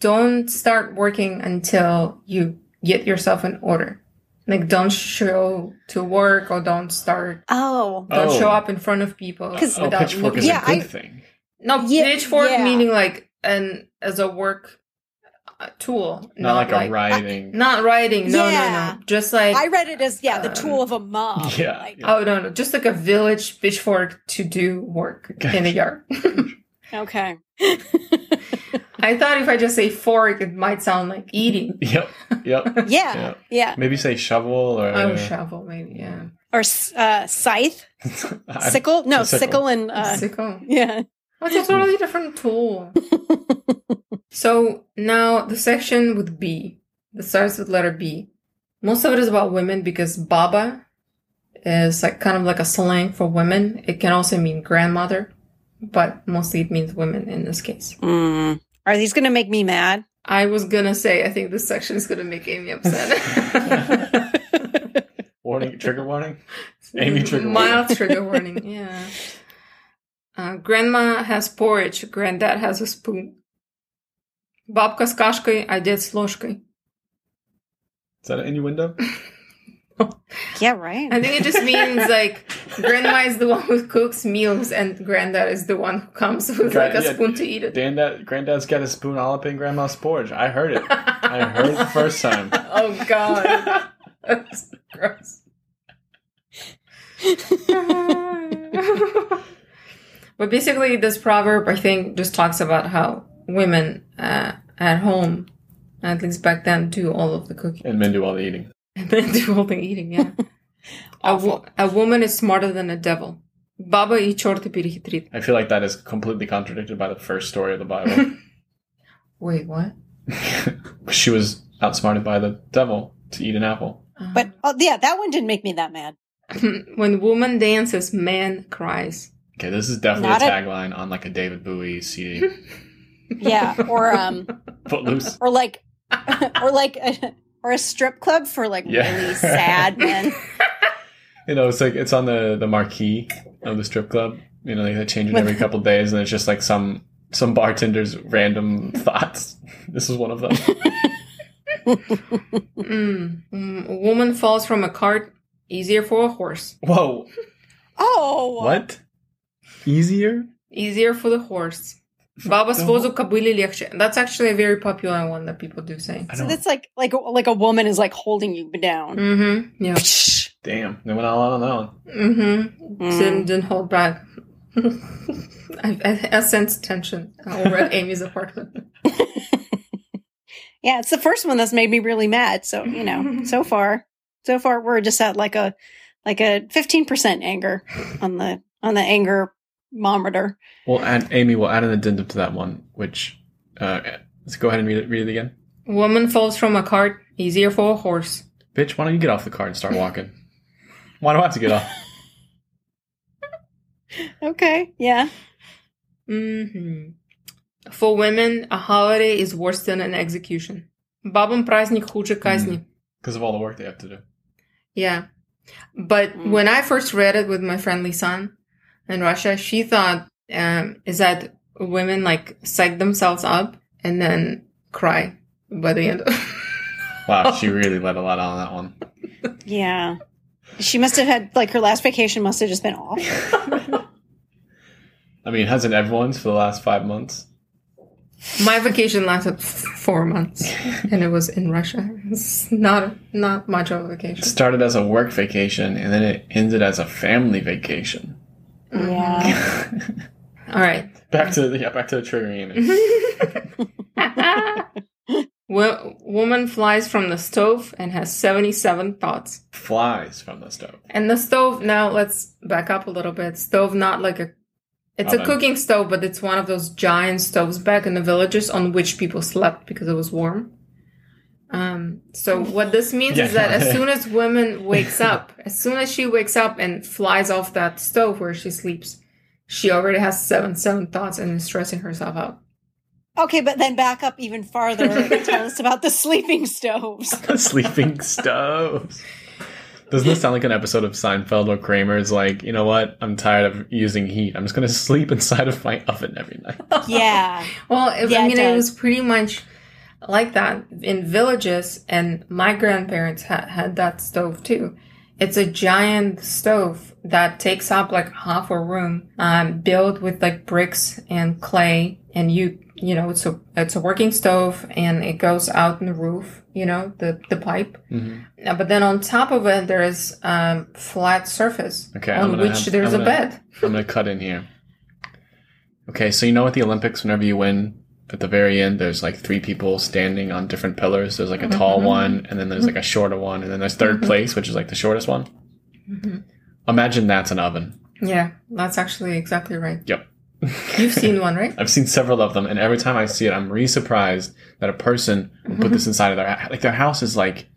[SPEAKER 5] don't start working until you get yourself in order. Like don't show to work or don't start.
[SPEAKER 6] oh,
[SPEAKER 5] Don't
[SPEAKER 4] Oh.
[SPEAKER 5] show up in front of people
[SPEAKER 6] 'Cause-
[SPEAKER 4] Oh,
[SPEAKER 5] without
[SPEAKER 4] pitchfork is
[SPEAKER 5] looking.
[SPEAKER 6] Yeah,
[SPEAKER 4] a good
[SPEAKER 6] I-
[SPEAKER 4] thing.
[SPEAKER 5] No,
[SPEAKER 6] Yeah,
[SPEAKER 5] pitchfork
[SPEAKER 6] yeah.
[SPEAKER 5] meaning like an as a work uh, tool,
[SPEAKER 4] Not, like, a rioting.
[SPEAKER 5] not writing. No, no,
[SPEAKER 6] Yeah.
[SPEAKER 5] no. Just like
[SPEAKER 6] I read it as yeah, the
[SPEAKER 5] um,
[SPEAKER 6] tool of a mob.
[SPEAKER 4] yeah.
[SPEAKER 6] Like,
[SPEAKER 5] oh no, no, just like a village pitchfork to do work in the
[SPEAKER 4] Gotcha.
[SPEAKER 5] yard.
[SPEAKER 6] Okay.
[SPEAKER 5] I thought if I just say fork, it might sound like eating.
[SPEAKER 4] Yep. Yep.
[SPEAKER 6] yeah, yeah.
[SPEAKER 4] Maybe say shovel or
[SPEAKER 5] Oh, shovel, maybe. Yeah,
[SPEAKER 6] Or uh, scythe,
[SPEAKER 4] I-
[SPEAKER 6] sickle. No,
[SPEAKER 4] sickle.
[SPEAKER 6] sickle, and uh,
[SPEAKER 5] sickle.
[SPEAKER 6] yeah.
[SPEAKER 5] That's a totally different tool. so now the section with B that starts with letter B. Most of it is about women because Baba is like kind of like a slang for women. It can also mean grandmother, but mostly it means women in this case.
[SPEAKER 6] Mm. Are these gonna make me mad?
[SPEAKER 5] I was gonna say I think this section is gonna make Amy upset.
[SPEAKER 4] warning, trigger warning. Amy trigger
[SPEAKER 5] Mm-hmm. Mild
[SPEAKER 4] warning.
[SPEAKER 5] trigger warning, yeah. Uh, grandma has porridge, granddad has a spoon. Бабка с кашкой, а дед с ложкой.
[SPEAKER 4] Is that an innuendo?
[SPEAKER 6] Yeah, right.
[SPEAKER 5] I think it just means like grandma is the one who cooks meals and granddad is the one who comes with
[SPEAKER 4] Grand-
[SPEAKER 5] like a
[SPEAKER 4] yeah.
[SPEAKER 5] spoon to eat it.
[SPEAKER 4] Granddad, granddad's got a spoon all up in grandma's porridge. I heard it. I heard it the first time.
[SPEAKER 5] Oh god. That's gross. but basically, this proverb, I think, just talks about how women uh, at home, at least back then, do all of the cooking
[SPEAKER 4] And men do all the eating.
[SPEAKER 5] and then do all the eating. Yeah. a, wo- a woman is smarter than a devil. Баба и черта перехитрит.
[SPEAKER 4] I feel like that is completely contradicted by the first story of the Bible.
[SPEAKER 5] Wait, what?
[SPEAKER 4] she was outsmarted by the devil to eat an apple.
[SPEAKER 5] Uh,
[SPEAKER 6] But oh, yeah, that one didn't make me that mad.
[SPEAKER 5] when woman dances, man cries.
[SPEAKER 4] Okay, this is definitely
[SPEAKER 6] Not
[SPEAKER 4] a
[SPEAKER 6] a-
[SPEAKER 4] tagline on like a David Bowie CD.
[SPEAKER 6] Yeah, or um,
[SPEAKER 4] Footloose.
[SPEAKER 6] or like, or like, a, or a strip club for like
[SPEAKER 4] Yeah.
[SPEAKER 6] really sad men.
[SPEAKER 4] You know, it's like it's on the the marquee of the strip club. You know, they change it every couple days, and it's just like some some bartender's random thoughts. This is one of them.
[SPEAKER 5] Mm. Mm. A woman falls from a cart, easier for a horse.
[SPEAKER 4] Whoa,
[SPEAKER 6] Oh,
[SPEAKER 4] what? Easier?
[SPEAKER 5] Easier for the horse. Баба с возу кобыле легче. That's actually a very popular one that people do say.
[SPEAKER 4] I
[SPEAKER 6] So
[SPEAKER 4] don't.
[SPEAKER 6] that's like like a- like a woman is like holding you down.
[SPEAKER 5] Mm-hmm. Yeah.
[SPEAKER 4] Damn, they went all out on that one.
[SPEAKER 5] Mm-hmm.
[SPEAKER 6] Mm.
[SPEAKER 5] Didn't, didn't hold back. I, I, I sense tension over at Amy's apartment.
[SPEAKER 6] Yeah, it's the first one that's made me really mad. So you know, so far, so far we're just at like a like a fifteen percent anger on the on the anger mometer.
[SPEAKER 4] Well, add Amy. We'll add an addendum to that one, which uh, let's go ahead and read it. Read it again,
[SPEAKER 5] Woman falls from a cart, easier for a horse.
[SPEAKER 4] bitch. Why don't you get off the car and start walking? Why do I have to get off?
[SPEAKER 6] Okay, yeah,
[SPEAKER 5] Mm-hmm. For women, a holiday is worse than an execution. Бабам праздник хуже казни.
[SPEAKER 4] Because of all the work they have to do.
[SPEAKER 5] Yeah. But
[SPEAKER 6] Mm.
[SPEAKER 5] when I first read it with my friendly son in Russia, she thought um, is that women like psych themselves up and then cry by the end.
[SPEAKER 4] Wow, she really let a lot on that one.
[SPEAKER 6] yeah. She must have had like her last vacation must have just been off.
[SPEAKER 4] I mean, hasn't everyone's for the last five months?
[SPEAKER 5] my vacation lasted f- four months and it was in Russia. It's not not much of a
[SPEAKER 4] It
[SPEAKER 5] vacation.
[SPEAKER 4] started as a work vacation and then it ended as a family vacation.
[SPEAKER 5] Mm-hmm.
[SPEAKER 6] Yeah.
[SPEAKER 5] All right.
[SPEAKER 4] Back to the yeah, back to the triggering image.
[SPEAKER 5] Wo- woman flies from the stove and has 77 thoughts.
[SPEAKER 4] Flies from the stove.
[SPEAKER 5] And the stove, now let's back up a little bit. Stove, not like a, it's a
[SPEAKER 4] Oven.
[SPEAKER 5] cooking stove, but it's one of those giant stoves back in the villages on which people slept because it was warm. Um, so what this means is
[SPEAKER 4] Yeah.
[SPEAKER 5] that as soon as woman wakes up, as soon as she wakes up and flies off that stove where she sleeps, she already has seven, seven thoughts and is stressing herself out.
[SPEAKER 6] Okay, but then back up even farther and tell us about the sleeping stoves.
[SPEAKER 4] Sleeping stoves. Doesn't this sound like an episode of Seinfeld where Kramer's like, you know what? I'm tired of using heat. I'm just going to sleep inside of my oven every night.
[SPEAKER 6] Yeah.
[SPEAKER 5] Well, it,
[SPEAKER 6] Yeah,
[SPEAKER 5] I
[SPEAKER 6] it
[SPEAKER 5] mean, it,
[SPEAKER 6] does.
[SPEAKER 5] was pretty much like that in villages, and my grandparents had had that stove too. It's a giant stove that takes up like half a room, um, built with like bricks and clay, and you you know it's a it's a working stove, and it goes out in the roof, you know the the pipe.
[SPEAKER 4] Mm-hmm.
[SPEAKER 5] Uh, But then on top of it, there is um, flat surface
[SPEAKER 4] Okay, I'm
[SPEAKER 5] on
[SPEAKER 4] gonna
[SPEAKER 5] which
[SPEAKER 4] have-
[SPEAKER 5] there's
[SPEAKER 4] I'm
[SPEAKER 5] a
[SPEAKER 4] gonna-
[SPEAKER 5] bed.
[SPEAKER 4] I'm going to cut in here. Okay, so you know at the Olympics, whenever you win, at the very end, there's like three people standing on different pillars. There's like a tall
[SPEAKER 5] Mm-hmm.
[SPEAKER 4] one, and then there's like a shorter one, and then there's third place, which is like the shortest one.
[SPEAKER 6] Mm-hmm.
[SPEAKER 4] Imagine that's an oven.
[SPEAKER 5] Yeah, that's actually exactly right.
[SPEAKER 4] Yep.
[SPEAKER 5] You've seen one, right?
[SPEAKER 4] I've seen several of them, and every time I see it, I'm really surprised that a person would put this inside of their like their house is like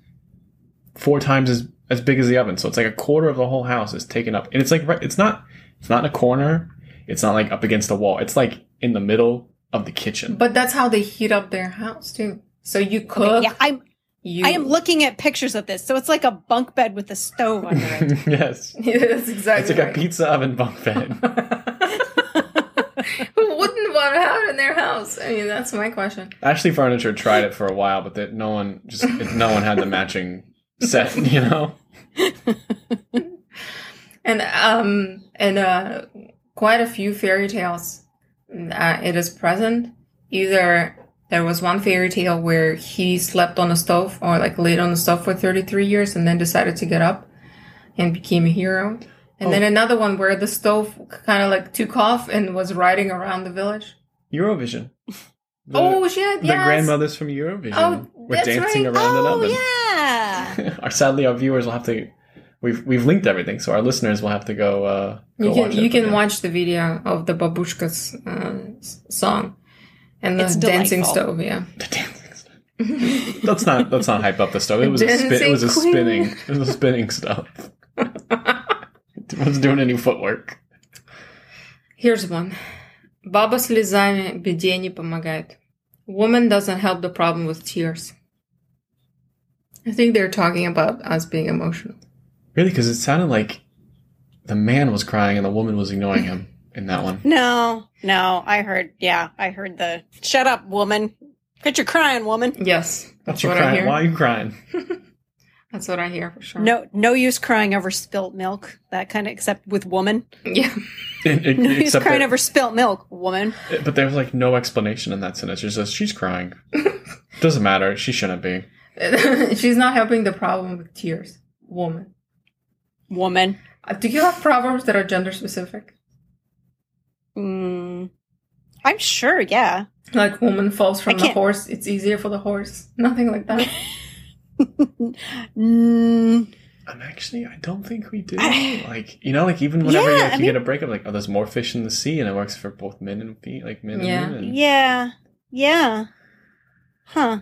[SPEAKER 4] four times as as big as the oven, so it's like a quarter of the whole house is taken up, and it's like right, it's not it's not in a corner, it's not like up against the wall, it's like in the middle of the kitchen.
[SPEAKER 5] But that's how they heat up their house too. So you cook.
[SPEAKER 6] Okay, yeah, I'm
[SPEAKER 5] You,
[SPEAKER 6] I am looking at pictures of this. So it's like a bunk bed with a stove under it.
[SPEAKER 4] yes,
[SPEAKER 5] Yeah, that's
[SPEAKER 4] it's
[SPEAKER 5] exactly.
[SPEAKER 4] like a
[SPEAKER 5] Right.
[SPEAKER 4] pizza oven bunk bed.
[SPEAKER 5] Who wouldn't want to have it in their house? I mean, that's my question.
[SPEAKER 4] Ashley Furniture tried it for a while, but that no one just no one had the matching set, you know.
[SPEAKER 5] And um, and uh, quite a few fairy tales. Uh, it is present. Either there was one fairy tale where he slept on a stove or like laid on the stove for 33 years and then decided to get up and became a hero. And
[SPEAKER 4] Oh.
[SPEAKER 5] then another one where the stove kind of like took off and was riding around the village.
[SPEAKER 4] Eurovision. The-
[SPEAKER 5] oh shit!
[SPEAKER 4] The
[SPEAKER 5] yes.
[SPEAKER 4] grandmothers from Eurovision
[SPEAKER 5] Oh,
[SPEAKER 4] were
[SPEAKER 5] that's
[SPEAKER 4] dancing
[SPEAKER 5] right.
[SPEAKER 4] around
[SPEAKER 6] oh
[SPEAKER 4] an
[SPEAKER 6] yeah.
[SPEAKER 4] oven. Our, sadly, our viewers will have to. We've we've linked everything, so our listeners will have to go. Uh, go
[SPEAKER 5] You can
[SPEAKER 4] watch it,
[SPEAKER 5] you
[SPEAKER 4] but
[SPEAKER 5] can
[SPEAKER 4] yeah.
[SPEAKER 5] watch the video of the babushka's uh, s- song and the
[SPEAKER 6] It's
[SPEAKER 5] dancing
[SPEAKER 6] delightful.
[SPEAKER 5] stove. Yeah,
[SPEAKER 4] the dancing stove. let's not let's not hype up the stove. It was a spin, it
[SPEAKER 5] Dancing
[SPEAKER 4] was a
[SPEAKER 5] queen.
[SPEAKER 4] spinning it was a spinning stove. it wasn't doing any footwork.
[SPEAKER 5] here's one. Баба слезами беде не помогает. Woman doesn't help the problem with tears. I think they're talking about us being emotional.
[SPEAKER 4] Really, because it sounded like the man was crying and the woman was ignoring him in that one.
[SPEAKER 6] No, no, I heard yeah, I heard the shut up woman. Quit your crying woman.
[SPEAKER 5] Yes,
[SPEAKER 4] What
[SPEAKER 5] that's
[SPEAKER 4] you
[SPEAKER 5] what I
[SPEAKER 4] crying?
[SPEAKER 5] hear.
[SPEAKER 4] Why are you crying?
[SPEAKER 5] That's what I hear for sure.
[SPEAKER 6] No no use crying over spilt milk. That kind of except with woman.
[SPEAKER 5] Yeah.
[SPEAKER 4] It- it-
[SPEAKER 6] No use
[SPEAKER 4] except
[SPEAKER 6] crying
[SPEAKER 4] that-
[SPEAKER 6] over spilt milk, woman.
[SPEAKER 4] But there was like no explanation in that sentence. She says she's crying. Doesn't matter. She shouldn't be.
[SPEAKER 5] She's not helping the problem with tears. Woman.
[SPEAKER 6] Woman.
[SPEAKER 5] Uh, Do you have proverbs that are gender specific?
[SPEAKER 6] Mm, I'm sure, yeah.
[SPEAKER 5] Like woman falls from the
[SPEAKER 6] can't-
[SPEAKER 5] horse, it's easier for the horse. Nothing like that.
[SPEAKER 6] Mm,
[SPEAKER 4] I'm actually. I don't think we do. Like you know, like even whenever
[SPEAKER 6] Yeah,
[SPEAKER 4] you, like,
[SPEAKER 6] I
[SPEAKER 4] you get a breakup, like oh, there's more fish in the sea, and it works for both men and fe- like men
[SPEAKER 5] Yeah.
[SPEAKER 4] and women.
[SPEAKER 6] yeah. Yeah. Huh.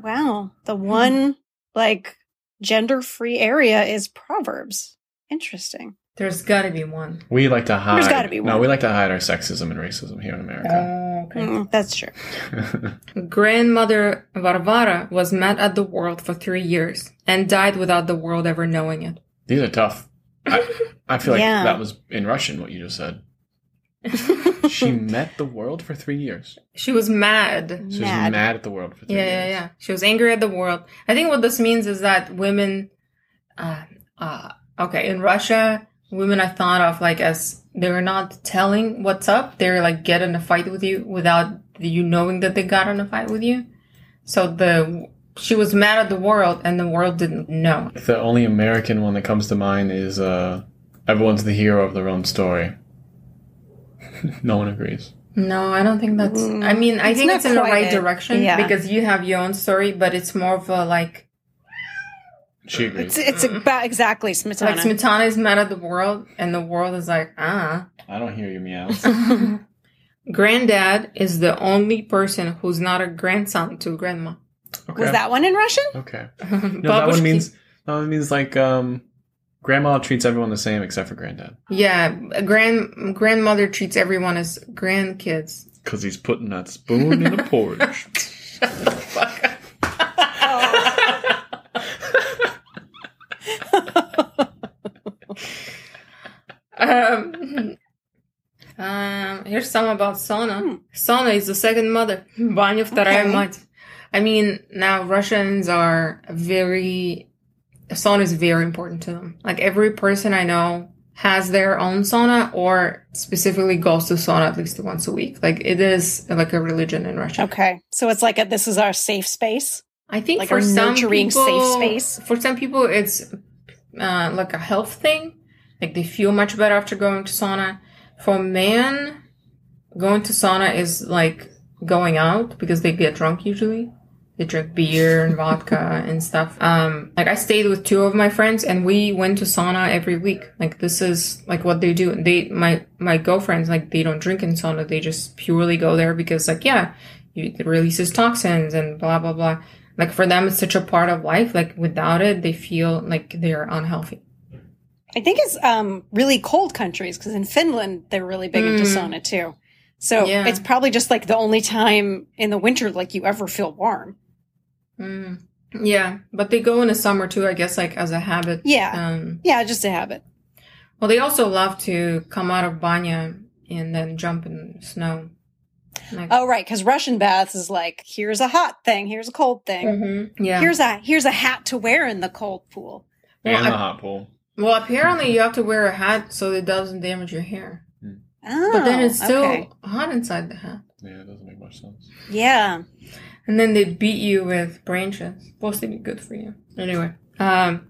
[SPEAKER 6] Wow. The one like gender free area is Proverbs. Interesting.
[SPEAKER 5] There's gotta be one.
[SPEAKER 4] We like to hide.
[SPEAKER 6] gotta be
[SPEAKER 4] No,
[SPEAKER 6] one.
[SPEAKER 4] we like to hide our sexism and racism here in America.
[SPEAKER 5] Oh, okay.
[SPEAKER 6] Mm, that's true. Uh.
[SPEAKER 5] Grandmother Varvara was mad at the world for three years and died without the world ever knowing it.
[SPEAKER 4] These are tough. I, I feel like
[SPEAKER 6] Yeah.
[SPEAKER 4] that was in Russian what you just said. She met the world for three years.
[SPEAKER 5] She was mad.
[SPEAKER 4] She was
[SPEAKER 6] Mad.
[SPEAKER 4] mad at the world for three
[SPEAKER 5] Yeah,
[SPEAKER 4] years.
[SPEAKER 5] yeah, yeah. She was angry at the world. I think what this means is that women, uh, uh, okay, in Russia, women are thought of like as they're not telling what's up. They're like get in a fight with you without you knowing that they got in a fight with you. So the she was mad at the world and the world didn't know.
[SPEAKER 4] The only American one that comes to mind is uh, everyone's the hero of their own story. no one agrees.
[SPEAKER 5] No, I don't think that's. I mean, I
[SPEAKER 6] Mm, It's
[SPEAKER 5] think
[SPEAKER 6] not
[SPEAKER 5] it's in the
[SPEAKER 6] quite
[SPEAKER 5] right
[SPEAKER 6] it.
[SPEAKER 5] direction
[SPEAKER 6] Yeah.
[SPEAKER 5] because you have your own story, but it's more of a like
[SPEAKER 4] She agrees.
[SPEAKER 6] It's it's about exactly
[SPEAKER 5] like
[SPEAKER 6] Smetana.
[SPEAKER 5] Smetana is mad at the world and the world is like ah.
[SPEAKER 4] I don't hear you meow.
[SPEAKER 5] Granddad is the only person who's not a grandson to grandma.
[SPEAKER 4] Okay.
[SPEAKER 6] Was that one in Russian?
[SPEAKER 4] okay? No, that one means that one means like um, grandma treats everyone the same except for granddad.
[SPEAKER 5] yeah. Grand grandmother treats everyone as grandkids.
[SPEAKER 4] Because he's putting that spoon in the porridge.
[SPEAKER 5] Oh. Um, um, here's some about Sona. Sona is the second mother. Vanya вторая
[SPEAKER 6] Okay.
[SPEAKER 5] мать. I mean, now Russians are very, Sona is very important to them. Like every person I know has their own Sona or specifically goes to Sona at least once a week. Like it is like a religion in Russia.
[SPEAKER 6] Okay. So it's like a, this is our safe space.
[SPEAKER 5] I think
[SPEAKER 6] Like
[SPEAKER 5] for
[SPEAKER 6] a
[SPEAKER 5] some
[SPEAKER 6] nurturing
[SPEAKER 5] people,
[SPEAKER 6] safe space?
[SPEAKER 5] for some people, it's uh, like a health thing. Like they feel much better after going to sauna. For men, going to sauna is like going out because they get drunk usually. They drink beer and vodka and stuff. Um, like I stayed with two of my friends and we went to sauna every week. Like this is like what they do. They my my girlfriends like they don't drink in sauna. They just purely go there because like yeah, you, it releases toxins and blah blah blah. Like for them, it's such a part of life. Like without it, they feel like they are unhealthy.
[SPEAKER 6] I think it's um, really cold countries because in Finland they're really big into
[SPEAKER 5] Mm.
[SPEAKER 6] sauna too. So
[SPEAKER 5] Yeah.
[SPEAKER 6] it's probably just like the only time in the winter like you ever feel warm.
[SPEAKER 5] Mm. Yeah, but they go in the summer too. I guess like as a habit.
[SPEAKER 6] Yeah.
[SPEAKER 5] Um,
[SPEAKER 6] Yeah, just a habit.
[SPEAKER 5] well, they also love to come out of banya and then jump in snow. Like,
[SPEAKER 6] Oh right, because Russian baths is like here's a hot thing, here's a cold thing,
[SPEAKER 5] mhm, yeah.
[SPEAKER 6] here's a here's a hat to wear in the cold pool.
[SPEAKER 5] Well,
[SPEAKER 4] and the
[SPEAKER 5] I-
[SPEAKER 4] hot pool.
[SPEAKER 5] well, apparently you have to wear a hat so it doesn't damage your hair.
[SPEAKER 6] Oh,
[SPEAKER 5] But then it's still
[SPEAKER 6] okay.
[SPEAKER 5] hot inside the hat.
[SPEAKER 4] Yeah, it doesn't make much sense.
[SPEAKER 6] yeah.
[SPEAKER 5] And then they beat you with branches. Supposed to be good for you. Anyway, um,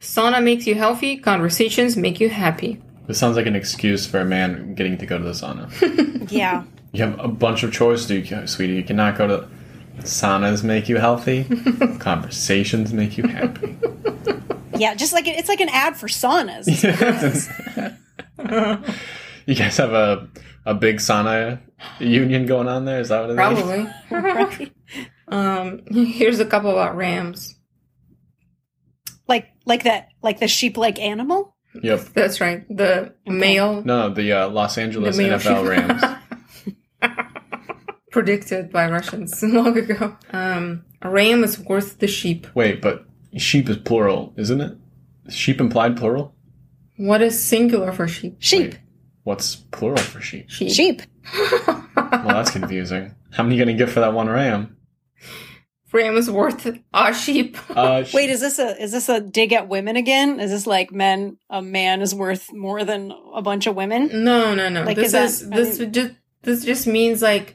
[SPEAKER 5] sauna makes you healthy. Conversations make you happy.
[SPEAKER 4] This sounds like an excuse for a man getting to go to the sauna.
[SPEAKER 6] Yeah.
[SPEAKER 4] You have a bunch of choices, do you, sweetie? You cannot go to saunas make you healthy. Conversations make you happy.
[SPEAKER 6] yeah, just like it's like an ad for saunas.
[SPEAKER 4] you guys have a a big sauna union going on there. Is that what it is?
[SPEAKER 5] Probably.
[SPEAKER 6] right?
[SPEAKER 5] Um, here's a couple about rams.
[SPEAKER 6] Like like that like the sheep like animal?
[SPEAKER 4] Yep.
[SPEAKER 5] That's right. The male
[SPEAKER 4] No, the uh, Los Angeles
[SPEAKER 5] The male
[SPEAKER 4] NFL
[SPEAKER 5] shift.
[SPEAKER 4] Rams.
[SPEAKER 5] predicted by Russians long ago. Um, a ram is worth the sheep.
[SPEAKER 4] Wait, but sheep is plural, isn't it? Is Sheep implied plural.
[SPEAKER 5] What is singular for sheep?
[SPEAKER 6] Sheep.
[SPEAKER 4] Wait, what's plural for sheep?
[SPEAKER 5] Sheep.
[SPEAKER 6] Sheep.
[SPEAKER 4] Well, that's confusing. How many you gonna get for that one ram?
[SPEAKER 5] Ram is worth a sheep.
[SPEAKER 4] Uh, sh-
[SPEAKER 6] Wait, is this a is this a dig at women again? Is this like men a man is worth more than a bunch of women?
[SPEAKER 5] No, no, no.
[SPEAKER 6] Like,
[SPEAKER 5] this
[SPEAKER 6] is that-
[SPEAKER 5] is, this
[SPEAKER 6] I
[SPEAKER 5] just this just means like.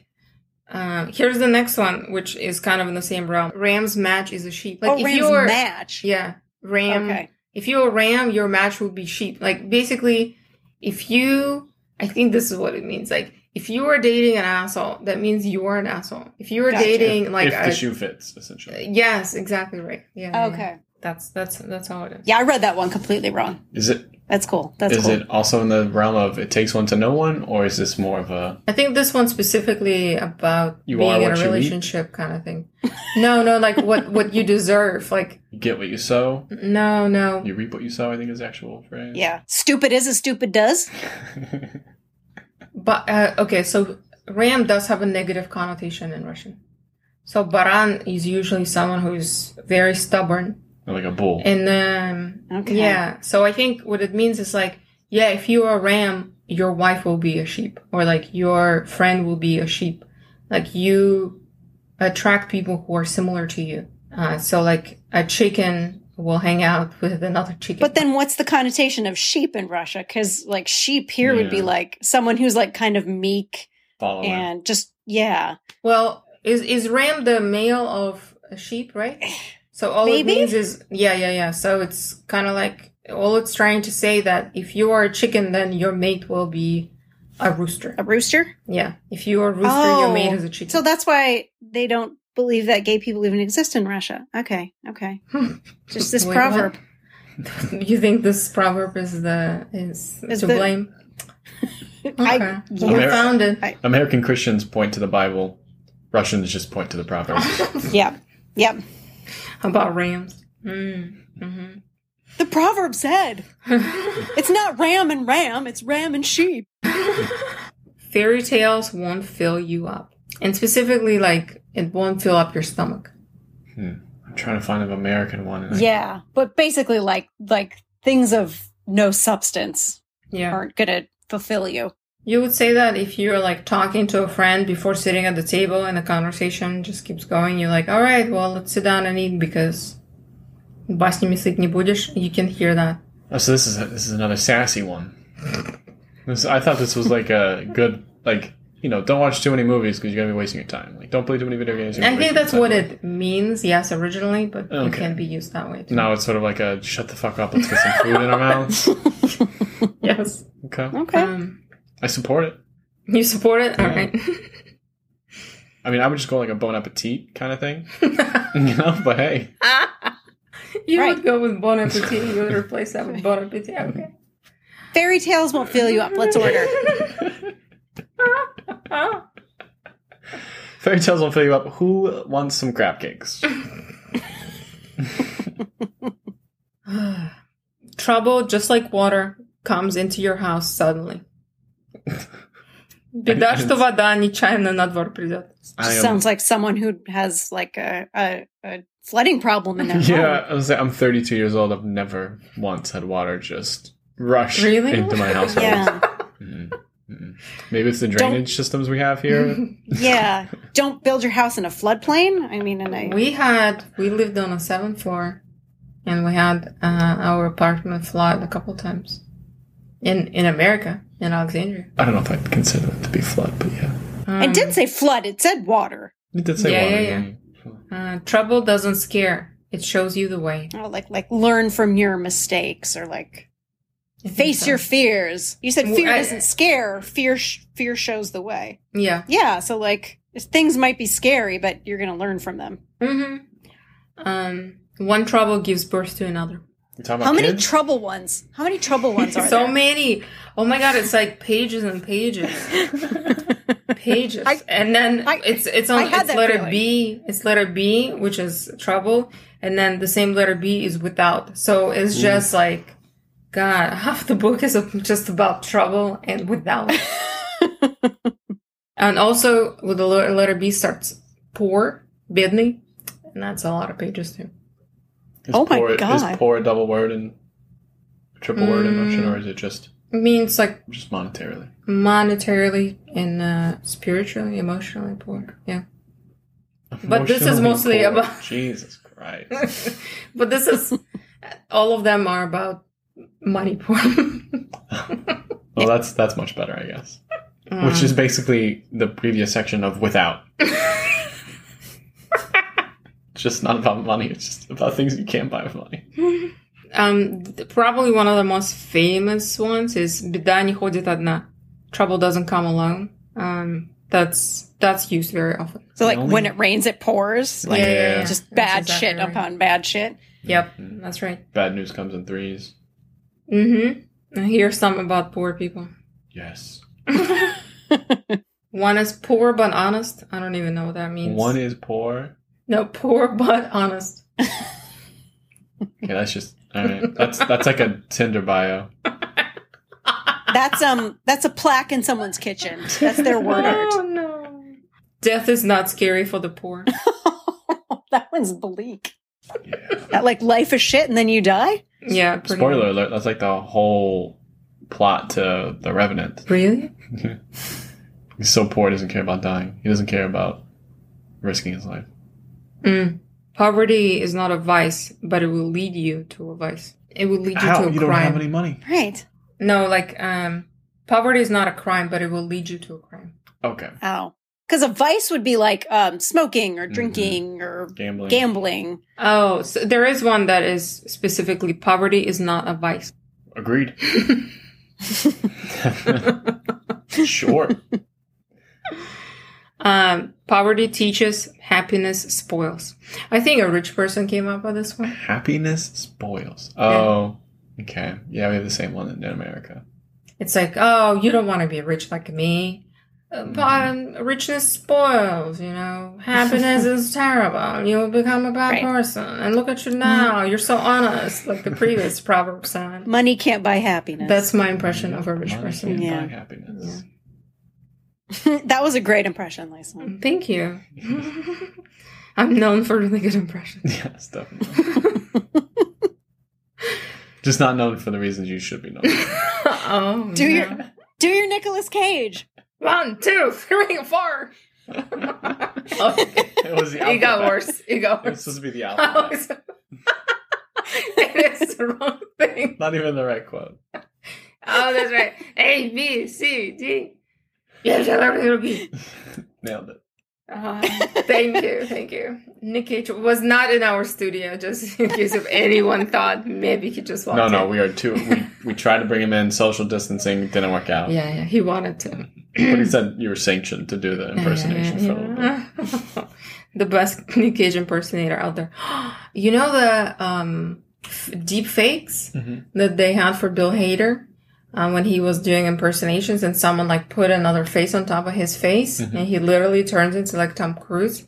[SPEAKER 5] Um, here's the next one, which is kind of in the same realm. Ram's match is a sheep. Like
[SPEAKER 6] oh,
[SPEAKER 5] if
[SPEAKER 6] Rams
[SPEAKER 5] you were,
[SPEAKER 6] match.
[SPEAKER 5] yeah, ram.
[SPEAKER 6] okay.
[SPEAKER 5] if you're a ram your match would be sheep like basically if you i think this is what it means like if you are dating an asshole that means you're an asshole if you are
[SPEAKER 6] Gotcha.
[SPEAKER 5] dating like
[SPEAKER 4] if the
[SPEAKER 5] a-
[SPEAKER 4] shoe fits, essentially.
[SPEAKER 6] Uh,
[SPEAKER 5] yes exactly right yeah yeah, yeah.
[SPEAKER 6] Okay.
[SPEAKER 5] that's that's that's how it is
[SPEAKER 6] Yeah, I read that one completely wrong.
[SPEAKER 4] Is it?
[SPEAKER 6] That's cool. That's
[SPEAKER 4] is
[SPEAKER 6] cool.
[SPEAKER 4] it also in the realm of it takes one to know one, or is this more of a
[SPEAKER 5] i think this one's specifically about
[SPEAKER 4] You
[SPEAKER 5] being
[SPEAKER 4] are
[SPEAKER 5] in
[SPEAKER 4] what
[SPEAKER 5] a
[SPEAKER 4] you eat?
[SPEAKER 5] relationship kind of thing no no like what what you deserve like
[SPEAKER 4] you get what you sow,
[SPEAKER 5] no no
[SPEAKER 4] you reap what you sow? I think is the actual phrase.
[SPEAKER 6] Yeah. Stupid is as stupid does.
[SPEAKER 5] But uh, okay, so ram does have a negative connotation in Russian. So baran is usually someone who's very stubborn,
[SPEAKER 4] like a bull.
[SPEAKER 5] and um,
[SPEAKER 6] Okay.
[SPEAKER 5] yeah. So I think what it means is like, yeah, if you are a ram, your wife will be a sheep, or like your friend will be a sheep. Like you attract people who are similar to you. Uh, so like a chicken will hang out with another chicken.
[SPEAKER 6] But then what's the connotation of sheep in Russia? Because like sheep here would be
[SPEAKER 4] Yeah.
[SPEAKER 6] like someone who's like kind of meek
[SPEAKER 4] follower.
[SPEAKER 6] and just yeah.
[SPEAKER 5] Well, is is ram the male of a sheep, right? So all
[SPEAKER 6] Maybe?
[SPEAKER 5] it means is yeah, yeah, yeah. So it's kind of like all it's trying to say that if you are a chicken, then your mate will be a rooster.
[SPEAKER 6] A rooster?
[SPEAKER 5] Yeah, if you are a rooster, your mate is a chicken.
[SPEAKER 6] So that's why they don't believe that gay people even exist in Russia. Okay. Okay. just this
[SPEAKER 5] Hmm. Wait, what?
[SPEAKER 6] proverb.
[SPEAKER 5] you think this proverb is the is,
[SPEAKER 6] Is
[SPEAKER 5] to
[SPEAKER 6] the-
[SPEAKER 5] blame?
[SPEAKER 6] I-
[SPEAKER 5] Okay,
[SPEAKER 6] yeah.
[SPEAKER 5] you found it.
[SPEAKER 6] I-
[SPEAKER 4] American Christians point to the Bible. Russians just point to the Proverbs.
[SPEAKER 6] Yep. Yep.
[SPEAKER 5] about rams. Mm, hmm
[SPEAKER 6] The proverb
[SPEAKER 5] Mm-hmm.
[SPEAKER 6] said, "It's not ram and ram; it's ram and sheep."
[SPEAKER 5] fairy tales won't fill you up. And specifically, like, it won't fill up your stomach.
[SPEAKER 4] I'm trying to find an American one. and I-
[SPEAKER 6] Yeah, but basically, like like things of no substance
[SPEAKER 5] Yeah.
[SPEAKER 6] aren't gonna fulfill you.
[SPEAKER 5] You would say that if you're like talking to a friend before sitting at the table and the conversation just keeps going, you're like, all right, well, let's sit down and eat because басни мыслить не будешь. You can hear that.
[SPEAKER 4] Oh, so this is this is another sassy one. This, I thought this was like a good like you know don't watch too many movies because you're gonna be wasting your time. Like don't play too many video games. you're
[SPEAKER 5] I
[SPEAKER 4] gonna
[SPEAKER 5] think
[SPEAKER 4] be wasting
[SPEAKER 5] that's
[SPEAKER 4] your
[SPEAKER 5] what
[SPEAKER 4] time.
[SPEAKER 5] it means, yes, originally, but it
[SPEAKER 4] Okay.
[SPEAKER 5] can be used that way too.
[SPEAKER 4] Now it's sort of like a shut the fuck up. Let's get some food in our mouths.
[SPEAKER 5] Yes.
[SPEAKER 4] Okay,
[SPEAKER 6] Okay.
[SPEAKER 5] Um,
[SPEAKER 4] I support it.
[SPEAKER 5] you support it? All right.
[SPEAKER 4] I mean, I would just go like a bon appetit kind of thing. you know, but hey,
[SPEAKER 5] you
[SPEAKER 6] Right.
[SPEAKER 5] would go with Bon Appetit. You would replace that with Bon Appetit. Okay.
[SPEAKER 6] Fairy tales won't fill you up. Let's order.
[SPEAKER 5] Ah.
[SPEAKER 4] fairy tales will fill you up. Who wants some crab cakes?
[SPEAKER 5] Trouble, just like water, comes into your house suddenly. Беда, что вода нечаянно на двор придет.
[SPEAKER 4] I
[SPEAKER 6] Just
[SPEAKER 4] am.
[SPEAKER 6] sounds like someone who has like a a, a flooding problem in their
[SPEAKER 5] Um,
[SPEAKER 6] home.
[SPEAKER 4] Yeah, I was like, I'm 32 years old. I've never once had water just rush
[SPEAKER 5] Really?
[SPEAKER 4] into my household.
[SPEAKER 6] Yeah.
[SPEAKER 4] Mm-mm. Mm-mm. Maybe it's the drainage systems we have here.
[SPEAKER 6] Yeah. Don't build your house in a floodplain. I mean, in a
[SPEAKER 5] We had, we lived on a seventh floor and we had uh, our apartment flood a couple times in, in America, in Alexandria.
[SPEAKER 4] I don't know if I'd consider it to be flood, but yeah.
[SPEAKER 6] it did
[SPEAKER 5] Mm.
[SPEAKER 6] say flood. It said water.
[SPEAKER 4] It did say
[SPEAKER 5] Yeah,
[SPEAKER 4] water.
[SPEAKER 5] yeah, Uh, trouble doesn't scare, it shows you the way.
[SPEAKER 6] Oh, like like learn from your mistakes or like face your fears. You said
[SPEAKER 5] Well,
[SPEAKER 6] fear
[SPEAKER 5] I-
[SPEAKER 6] doesn't scare. Fear sh- fear shows the way.
[SPEAKER 5] Yeah.
[SPEAKER 6] Yeah. So like things might be scary, but you're gonna learn from them.
[SPEAKER 5] hmm Um, one trouble gives birth to another.
[SPEAKER 4] You talking about
[SPEAKER 6] How many
[SPEAKER 4] kids?
[SPEAKER 6] trouble ones? How many trouble ones are
[SPEAKER 5] so
[SPEAKER 6] there?
[SPEAKER 5] many. Oh my god, it's like pages and pages, pages,
[SPEAKER 6] I-
[SPEAKER 5] and then
[SPEAKER 6] I-
[SPEAKER 5] it's it's
[SPEAKER 6] I
[SPEAKER 5] on
[SPEAKER 6] had
[SPEAKER 5] it's
[SPEAKER 6] that
[SPEAKER 5] letter
[SPEAKER 6] feeling.
[SPEAKER 5] B. It's letter B, which is trouble, and then the same letter B is without. So
[SPEAKER 6] Mm.
[SPEAKER 5] it's just like, God, half the book is just about trouble and without. and also with the le- letter B starts poor, bidney, and that's a lot of pages too.
[SPEAKER 4] Is
[SPEAKER 6] Oh my
[SPEAKER 4] poor,
[SPEAKER 6] God.
[SPEAKER 4] Is poor a double word and triple word in Russian,
[SPEAKER 5] Mm.
[SPEAKER 4] or is it just
[SPEAKER 5] It means like
[SPEAKER 4] just monetarily?
[SPEAKER 5] monetarily and uh, spiritually, emotionally poor. Yeah. But this is
[SPEAKER 4] Emotionally
[SPEAKER 5] mostly
[SPEAKER 4] poor.
[SPEAKER 5] about-
[SPEAKER 4] Jesus Christ.
[SPEAKER 5] but this is all of them are about money porn.
[SPEAKER 4] Well, that's that's much better, I guess. Which
[SPEAKER 5] Mm.
[SPEAKER 4] is basically the previous section of without. It's just not about money. It's just about things you can't buy with money.
[SPEAKER 5] um, th- probably one of the most famous ones is "Беда не ходит одна." Trouble doesn't come alone. Um, that's that's used very often.
[SPEAKER 6] So like
[SPEAKER 4] only-
[SPEAKER 6] when it rains, it pours. Like
[SPEAKER 4] Yeah, yeah, yeah.
[SPEAKER 6] just
[SPEAKER 5] That's
[SPEAKER 6] bad
[SPEAKER 5] exactly
[SPEAKER 6] shit
[SPEAKER 5] right.
[SPEAKER 6] upon bad shit.
[SPEAKER 5] Yep, that's right.
[SPEAKER 4] Mm-hmm. Bad news comes in threes.
[SPEAKER 5] Mm-hmm. I hear some about poor people.
[SPEAKER 4] Yes.
[SPEAKER 5] One is poor but honest. I don't even know what that means.
[SPEAKER 4] One is poor.
[SPEAKER 5] no poor but honest.
[SPEAKER 4] Okay, that's just all right. That's that's like a Tinder bio.
[SPEAKER 6] That's um that's a plaque in someone's kitchen. That's their word art.
[SPEAKER 5] Oh, no. Death is not scary for the poor.
[SPEAKER 6] that one's bleak.
[SPEAKER 4] Yeah.
[SPEAKER 6] That like life is shit and then you die?
[SPEAKER 5] yeah. pretty
[SPEAKER 4] Spoiler
[SPEAKER 5] much.
[SPEAKER 4] alert, that's like the whole plot to The Revenant.
[SPEAKER 5] Really?
[SPEAKER 4] He's so poor he doesn't care about dying. He doesn't care about risking his life.
[SPEAKER 5] Mm. Poverty is not a vice, but it will lead you to a vice. It will lead you
[SPEAKER 4] How?
[SPEAKER 5] to a
[SPEAKER 4] You
[SPEAKER 5] crime.
[SPEAKER 4] don't have any money.
[SPEAKER 6] Right.
[SPEAKER 5] no, like um, poverty is not a crime, but it will lead you to a crime.
[SPEAKER 4] Okay.
[SPEAKER 6] Oh. Because a vice would be like um smoking or drinking or
[SPEAKER 4] Gambling.
[SPEAKER 6] gambling.
[SPEAKER 5] Oh, so there is one that is specifically poverty is not a vice.
[SPEAKER 4] Agreed. sure.
[SPEAKER 5] Um, poverty teaches, happiness spoils. I think a rich person came up with this one.
[SPEAKER 4] Happiness spoils. Oh, okay. Yeah, we have the same one in America.
[SPEAKER 5] It's like, oh, you don't want to be rich like me. Uh, But
[SPEAKER 6] Mm-hmm.
[SPEAKER 5] um, richness spoils, you know. Happiness is terrible. You will become a bad
[SPEAKER 6] Right. Mm-hmm.
[SPEAKER 5] person. And look at you now. You're so honest, like the previous proverb said.
[SPEAKER 6] Money can't buy happiness.
[SPEAKER 5] That's my impression of a rich
[SPEAKER 4] Money
[SPEAKER 5] person.
[SPEAKER 4] can't
[SPEAKER 6] Yeah.
[SPEAKER 4] buy happiness.
[SPEAKER 6] that was a great impression, Lisa.
[SPEAKER 5] Thank you. I'm known for really good impressions.
[SPEAKER 4] Yes, definitely. Just not known for the reasons you should be known. for.
[SPEAKER 5] oh,
[SPEAKER 6] Do
[SPEAKER 5] no.
[SPEAKER 6] your do your Nicolas Cage.
[SPEAKER 5] one, two, three, four. oh,
[SPEAKER 4] It was the
[SPEAKER 5] it got
[SPEAKER 4] alphabet.
[SPEAKER 5] worse. It got
[SPEAKER 4] It was
[SPEAKER 5] worse.
[SPEAKER 4] supposed to be the
[SPEAKER 5] I
[SPEAKER 4] alphabet.
[SPEAKER 5] was- it is the wrong thing.
[SPEAKER 4] Not even the right quote.
[SPEAKER 5] Oh, that's right. A, B, C, D. Yes, I love you, B.
[SPEAKER 4] Nailed it.
[SPEAKER 5] Uh, thank you, thank you. Nick Cage was not in our studio, just in case if anyone thought maybe he just walked
[SPEAKER 4] No, no,
[SPEAKER 5] in.
[SPEAKER 4] we are too. We, we tried to bring him in. Social distancing didn't work out.
[SPEAKER 5] Yeah, yeah, he wanted to.
[SPEAKER 4] But he said you were sanctioned to do the impersonation for a little bit.
[SPEAKER 5] the best Nick Cage impersonator out there. You know the um, f- deep fakes
[SPEAKER 4] Mhm.
[SPEAKER 5] that they had for Bill Hader uh, when he was doing impersonations, and someone like put another face on top of his face, and he literally turns into like Tom Cruise.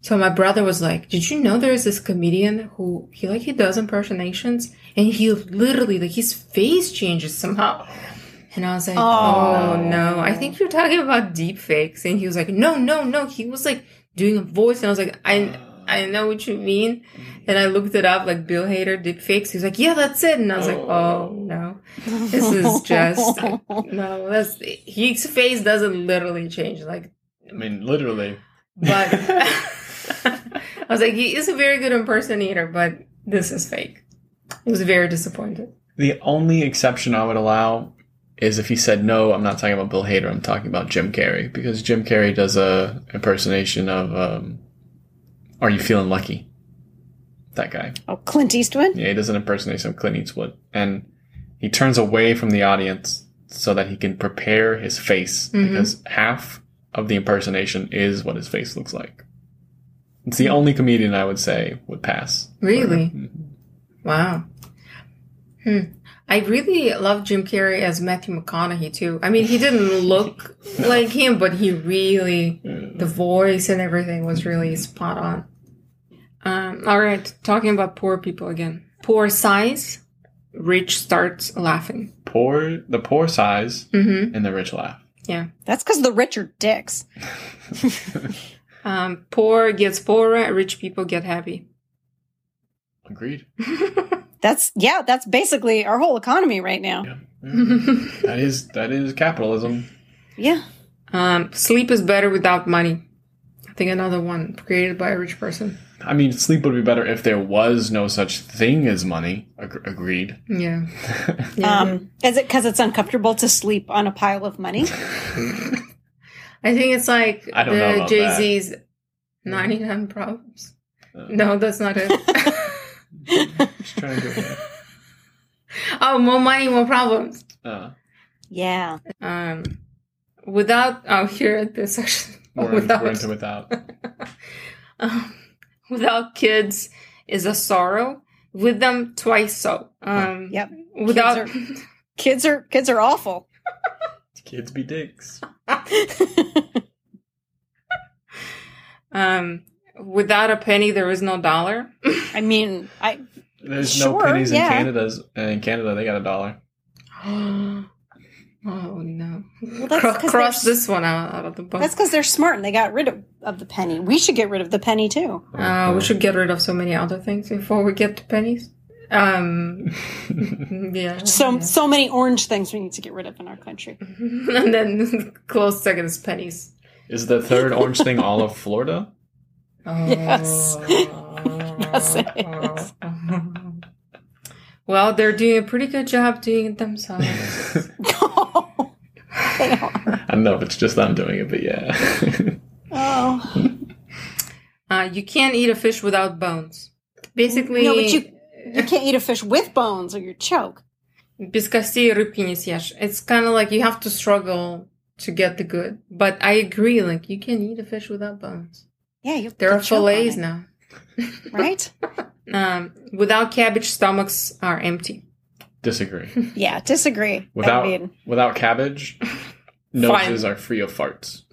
[SPEAKER 5] So my brother was like, "Did you know there is this comedian who he like he does impersonations, and he literally like his face changes somehow." And I was like,
[SPEAKER 6] Oh.
[SPEAKER 5] oh, no, I think you're talking about deep fakes. And he was like, no, no, no. He was like doing a voice. And I was like, I, I know what you mean. And I looked it up, like Bill Hader deep fakes. He was like, yeah, that's it. And I was like, oh no, this is just, no, that's, his face doesn't literally change. Like,
[SPEAKER 4] I mean, literally.
[SPEAKER 5] but I was like, he is a very good impersonator, but this is fake. I was very disappointed.
[SPEAKER 4] The only exception I would allow is if he said, "No, I'm not talking about Bill Hader. I'm talking about Jim Carrey," because Jim Carrey does a impersonation of um, "Are You Feeling Lucky?" That guy.
[SPEAKER 6] Oh, Clint Eastwood.
[SPEAKER 4] Yeah, he does an impersonation of Clint Eastwood, and he turns away from the audience so that he can prepare his face because half of the impersonation is what his face looks like. It's the only comedian I would say would pass.
[SPEAKER 5] Really? Wow. Hmm. I really love Jim Carrey as Matthew McConaughey too. I mean, he didn't look like him, but he really, the voice and everything was really spot on. Um, all right, talking about poor people again. Poor size, rich starts laughing.
[SPEAKER 4] Poor, the poor size,
[SPEAKER 5] hmm
[SPEAKER 4] and the rich laugh.
[SPEAKER 5] Yeah.
[SPEAKER 6] That's because the Richard Dicks.
[SPEAKER 5] Um, poor gets poorer, rich people get happy.
[SPEAKER 4] Agreed.
[SPEAKER 6] That's yeah. That's basically our whole economy right now.
[SPEAKER 4] Yeah. that is that is capitalism.
[SPEAKER 6] Yeah.
[SPEAKER 5] Um, sleep is better without money. I think another one created by a rich person.
[SPEAKER 4] I mean, sleep would be better if there was no such thing as money. Ag- agreed.
[SPEAKER 5] Yeah.
[SPEAKER 6] Um, is it because it's uncomfortable to sleep on a pile of money?
[SPEAKER 5] I think it's like
[SPEAKER 4] I don't know
[SPEAKER 5] the
[SPEAKER 4] about
[SPEAKER 5] Jay Z's 99 Problems.
[SPEAKER 4] Uh.
[SPEAKER 5] no, that's not it.
[SPEAKER 4] Just trying to do it.
[SPEAKER 5] oh, more money, more problems.
[SPEAKER 4] Uh,
[SPEAKER 6] Yeah.
[SPEAKER 5] Um, without, oh, here at this section.
[SPEAKER 4] we're, in-
[SPEAKER 5] without, um,
[SPEAKER 4] we're into without.
[SPEAKER 5] without kids is a sorrow. With them, twice so. Um,
[SPEAKER 6] Yep.
[SPEAKER 5] Without,
[SPEAKER 6] Kids are kids are awful.
[SPEAKER 4] Kids be dicks.
[SPEAKER 5] um, without a penny, there is no dollar.
[SPEAKER 6] I mean, I
[SPEAKER 4] There's no
[SPEAKER 6] Sure,
[SPEAKER 4] pennies
[SPEAKER 6] yeah.
[SPEAKER 4] in Canada's in Canada. They got a dollar.
[SPEAKER 5] oh, no.
[SPEAKER 6] that's
[SPEAKER 5] Cro-
[SPEAKER 6] 'cause
[SPEAKER 5] cross
[SPEAKER 6] there's-
[SPEAKER 5] this one out, out of the book.
[SPEAKER 6] that's because they're smart and they got rid of, of the penny. We should get rid of the penny too.
[SPEAKER 5] Uh, we should get rid of so many other things before we get to pennies. Um, yeah.
[SPEAKER 6] So so many orange things we need to get rid of in our country.
[SPEAKER 5] and then close second is pennies.
[SPEAKER 4] Is the third orange thing all of Florida?
[SPEAKER 6] Yes. Yes, it
[SPEAKER 5] well, they're doing a pretty good job doing it themselves.
[SPEAKER 6] oh,
[SPEAKER 4] I don't know if it's just I'm doing it, but yeah.
[SPEAKER 6] no,
[SPEAKER 5] uh, you can't eat a fish without bones. Basically,
[SPEAKER 6] but you you can't eat a fish with bones or you choke.
[SPEAKER 5] без костей рыбки не съешь. It's kind of like you have to struggle to get the good. But I agree, like, you can eat a fish without bones.
[SPEAKER 6] Yeah, you.
[SPEAKER 5] There
[SPEAKER 6] you
[SPEAKER 5] are
[SPEAKER 6] choke on
[SPEAKER 5] fillets
[SPEAKER 6] it,
[SPEAKER 5] now.
[SPEAKER 6] right?
[SPEAKER 5] Um, without cabbage, stomachs are empty.
[SPEAKER 4] Disagree.
[SPEAKER 6] Yeah, disagree.
[SPEAKER 4] Without
[SPEAKER 6] I mean,
[SPEAKER 4] without cabbage, noses are free of farts.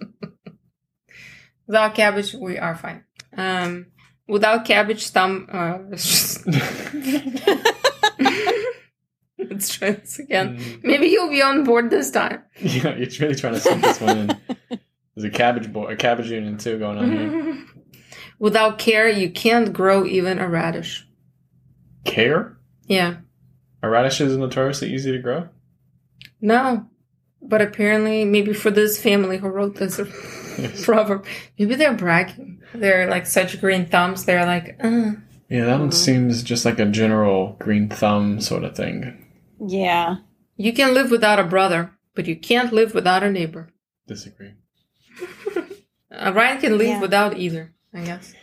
[SPEAKER 5] Without cabbage, we are fine. Um, without cabbage, stom. Uh, it's just- Let's try this again. Maybe you'll be on board this time.
[SPEAKER 4] Yeah, it's really trying to sink this one in. There's a cabbage boy, a cabbage union too going on
[SPEAKER 6] Mm-hmm.
[SPEAKER 4] here.
[SPEAKER 5] Without care, you can't grow even a radish.
[SPEAKER 4] Care?
[SPEAKER 5] Yeah.
[SPEAKER 4] Are radishes notoriously easy to grow?
[SPEAKER 5] No. But apparently, maybe for this family who wrote this proverb, maybe they're bragging. They're like such green thumbs. They're like, uh,
[SPEAKER 4] Yeah, that
[SPEAKER 6] Mm-hmm.
[SPEAKER 4] one
[SPEAKER 5] Mhm.
[SPEAKER 4] seems just like a general green thumb sort of thing.
[SPEAKER 6] Yeah.
[SPEAKER 5] you can live without a brother, but you can't live without a neighbor.
[SPEAKER 4] Disagree.
[SPEAKER 5] Uh, Ryan can live
[SPEAKER 6] Yeah.
[SPEAKER 5] without either, I guess.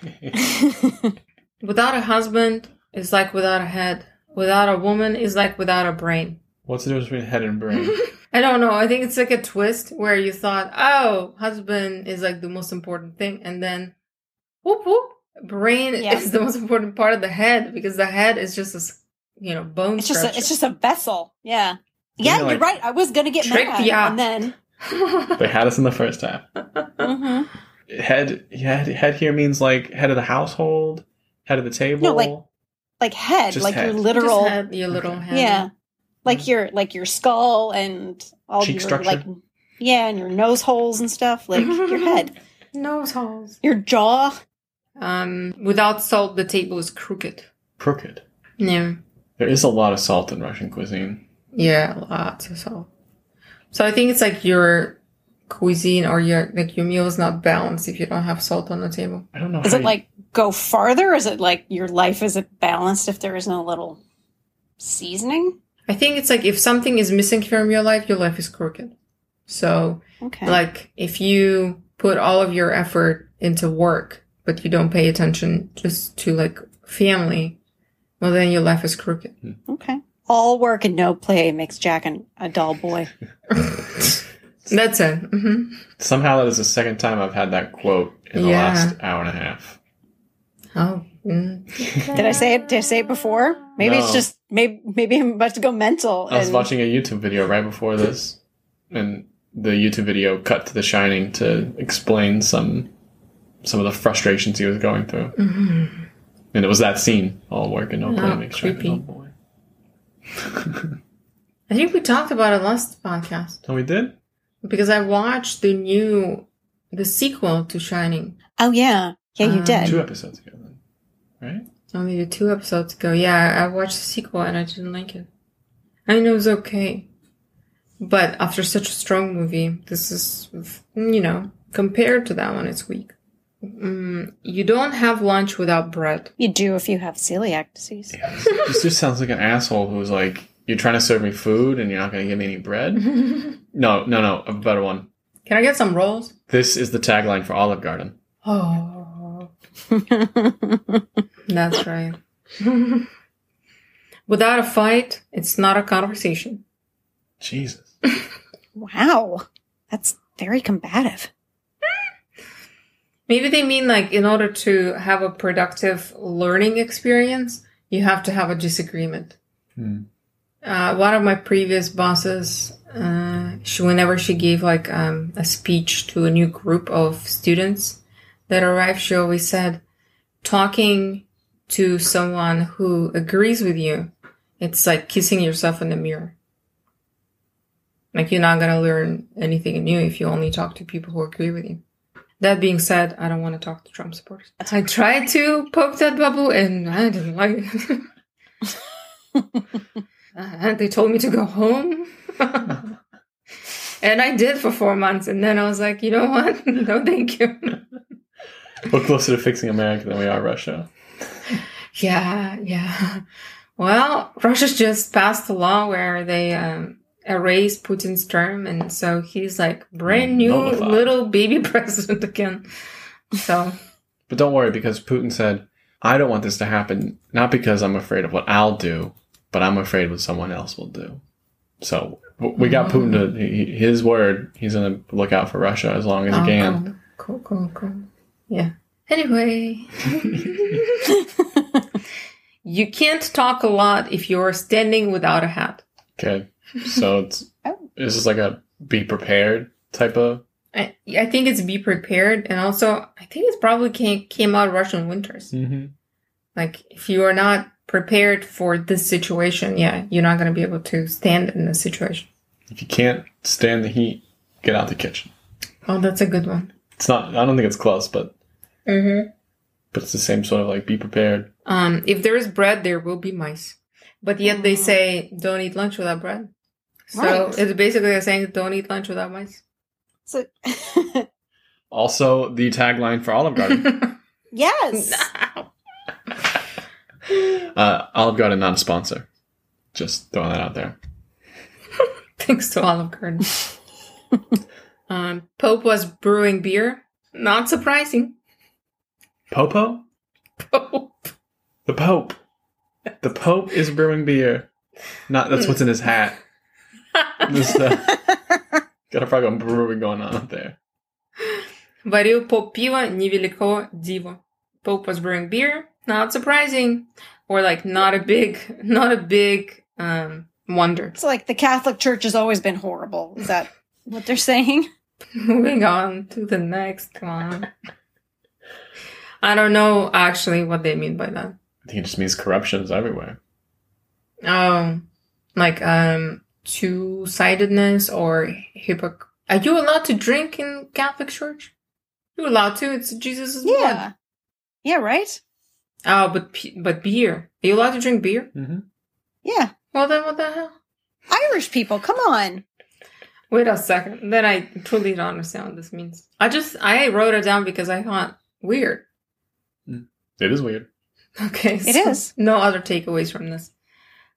[SPEAKER 5] Without a husband is like without a head. Without a woman is like without a brain.
[SPEAKER 4] What's the difference between head and brain?
[SPEAKER 5] I don't know. I think it's like a twist where you thought, oh, husband is like the most important thing. And then, whoop, whoop, brain
[SPEAKER 6] Yeah.
[SPEAKER 5] is the most important part of the head because the head is just this, you know, bone
[SPEAKER 6] It's just a,
[SPEAKER 5] structure.
[SPEAKER 6] it's just a vessel. Yeah.
[SPEAKER 4] Yeah,
[SPEAKER 6] Yeah, you're
[SPEAKER 4] like-
[SPEAKER 6] right. I was gonna get
[SPEAKER 5] Tricked
[SPEAKER 6] mad,
[SPEAKER 5] ya.
[SPEAKER 6] and then
[SPEAKER 4] they had us in the first half.
[SPEAKER 5] Uh-huh.
[SPEAKER 6] Mhm.
[SPEAKER 4] Head, head, head here means like head of the household, head of the table.
[SPEAKER 6] No, like- like head,
[SPEAKER 4] Just
[SPEAKER 6] like
[SPEAKER 4] head.
[SPEAKER 6] your
[SPEAKER 4] Just
[SPEAKER 6] literal,
[SPEAKER 5] Just head, your little head.
[SPEAKER 6] yeah, like your like your skull and all
[SPEAKER 4] Cheek
[SPEAKER 6] your
[SPEAKER 4] structure?
[SPEAKER 6] like yeah, and your nose holes and stuff, like your head,
[SPEAKER 5] Nose holes.
[SPEAKER 6] your jaw.
[SPEAKER 5] Um, without salt, the table is crooked.
[SPEAKER 4] crooked.
[SPEAKER 5] Yeah.
[SPEAKER 4] There is a lot of salt in Russian cuisine.
[SPEAKER 5] Yeah, lots of salt. So I think it's like your cuisine or your like your meal is not balanced if you don't have salt on the table.
[SPEAKER 4] I don't know.
[SPEAKER 6] Is
[SPEAKER 4] how
[SPEAKER 6] it
[SPEAKER 4] you-
[SPEAKER 6] like go farther? Is it like your life is it balanced if there is no little seasoning?
[SPEAKER 5] I think it's like if something is missing from your life, your life is crooked. So
[SPEAKER 6] Okay,
[SPEAKER 5] like if you put all of your effort into work but you don't pay attention just to like family, well then your life is crooked.
[SPEAKER 6] okay. All work and no play makes Jack an, a dull boy.
[SPEAKER 5] That's it. hmm
[SPEAKER 4] somehow that is the second time I've had that quote in the
[SPEAKER 5] Yeah.
[SPEAKER 4] last hour and a half.
[SPEAKER 5] Oh. mm.
[SPEAKER 6] Did I say it? Did I say it before? Maybe
[SPEAKER 4] No.
[SPEAKER 6] it's just maybe maybe I'm about to go mental.
[SPEAKER 4] I was
[SPEAKER 6] and-
[SPEAKER 4] watching a YouTube video right before this, and the YouTube video cut to The Shining to explain some some of the frustrations he was going through,
[SPEAKER 5] Mhm.
[SPEAKER 4] and it was that scene all work and no play
[SPEAKER 5] Oh,
[SPEAKER 4] makes Jack an
[SPEAKER 5] creepy.
[SPEAKER 4] old boy.
[SPEAKER 5] I think we talked about it last podcast.
[SPEAKER 4] So we did.
[SPEAKER 5] because I watched the new the sequel to Shining
[SPEAKER 6] Oh yeah, yeah, you
[SPEAKER 5] Um,
[SPEAKER 6] did.
[SPEAKER 4] two episodes ago then, right?
[SPEAKER 5] only two episodes ago. Yeah, I watched the sequel and I didn't like it. I mean, it was okay, but after such a strong movie, this is you know compared to that one, it's weak. Mm, you don't have lunch without bread.
[SPEAKER 6] You do if you have celiac disease.
[SPEAKER 4] this just sounds like an asshole who's like, "You're trying to serve me food, and you're not going to give me any bread."
[SPEAKER 5] Can
[SPEAKER 4] No, no, no. A better one.
[SPEAKER 5] I get some rolls?
[SPEAKER 4] This is the tagline for Olive Garden.
[SPEAKER 5] Oh, that's right. without a fight, it's not a conversation.
[SPEAKER 4] Jesus.
[SPEAKER 6] wow, that's very combative.
[SPEAKER 5] Maybe they mean like in order to have a productive learning experience, you have to have a disagreement.
[SPEAKER 4] Hmm.
[SPEAKER 5] Uh, one of my previous bosses, uh, she whenever she gave like um, a speech to a new group of students that arrived, she always said, "Talking to someone who agrees with you, it's like kissing yourself in the mirror. Like you're not gonna learn anything new if you only talk to people who agree with you." That being said, I don't want to talk to Trump supporters. I tried to poke that bubble and I didn't like it. Uh, they told me to go home. and I did for four months. And then I was like, you know what? no, thank you.
[SPEAKER 4] We're closer to fixing America than we are Russia.
[SPEAKER 5] yeah, yeah. Well, Russia just passed a law where they um, erased Putin's term. And so he's like brand new
[SPEAKER 4] Nullified.
[SPEAKER 5] little baby president again. So.
[SPEAKER 4] But don't worry, because Putin said, I don't want this to happen, not because I'm afraid of what I'll do, but I'm afraid what someone else will do. So w- we got Putin to he- his word. He's going to look out for Russia as long as
[SPEAKER 5] Oh,
[SPEAKER 4] he can.
[SPEAKER 5] Cool, cool, cool. Yeah. Anyway, you can't talk a lot if you're standing without a hat.
[SPEAKER 4] Okay. So it's
[SPEAKER 6] Oh.
[SPEAKER 4] this is like a be prepared type of.
[SPEAKER 5] I, I think it's be prepared, and also I think it's probably came, came out Russian winters. Like if you are not prepared for this situation, yeah, you're not gonna be able to stand in this situation.
[SPEAKER 4] If you can't stand the heat, get out the kitchen.
[SPEAKER 5] Oh, that's a good one.
[SPEAKER 4] It's not. I don't think it's close, but
[SPEAKER 5] Mm-hmm.
[SPEAKER 4] but it's the same sort of like be prepared.
[SPEAKER 5] Um, if there is bread, there will be mice. But yet they say don't eat lunch without bread. So
[SPEAKER 6] Right.
[SPEAKER 5] it's basically they're saying don't eat lunch without mice.
[SPEAKER 6] So,
[SPEAKER 4] Also, the tagline for Olive Garden.
[SPEAKER 6] yes.
[SPEAKER 4] uh, Olive Garden not a sponsor. Just throwing that out there.
[SPEAKER 5] Thanks to Olive Garden. um, Pope was brewing beer. Not surprising.
[SPEAKER 4] Popo,
[SPEAKER 5] Pope.
[SPEAKER 4] the Pope, the Pope is brewing beer. Not that's what's in his hat. This, uh, got a problem brewing going on up there.
[SPEAKER 5] Варил поп пиво, невелико диво. Pope was brewing beer. Not surprising. Or like not a big, not a big um, wonder.
[SPEAKER 6] So, like, the Catholic Church has always been horrible. Is that what they're saying?
[SPEAKER 5] Moving on to the next one. I don't know actually what they mean by that.
[SPEAKER 4] I think it just means corruption is everywhere.
[SPEAKER 5] Oh, like um, two sidedness or hypoc. Are you allowed to drink in Catholic Church? You're allowed to. It's Jesus' blood.
[SPEAKER 6] Yeah. Yeah, right?
[SPEAKER 5] Oh, but pe- but beer. Are you allowed to drink beer?
[SPEAKER 4] Mm-hmm.
[SPEAKER 6] Yeah.
[SPEAKER 5] Well, then what the hell?
[SPEAKER 6] Irish people, come on.
[SPEAKER 5] Wait a second. Then I truly don't understand what this means. I just I wrote it down because I thought weird.
[SPEAKER 4] It is weird.
[SPEAKER 5] Okay,
[SPEAKER 6] It
[SPEAKER 5] so
[SPEAKER 6] is.
[SPEAKER 5] no other takeaways from this.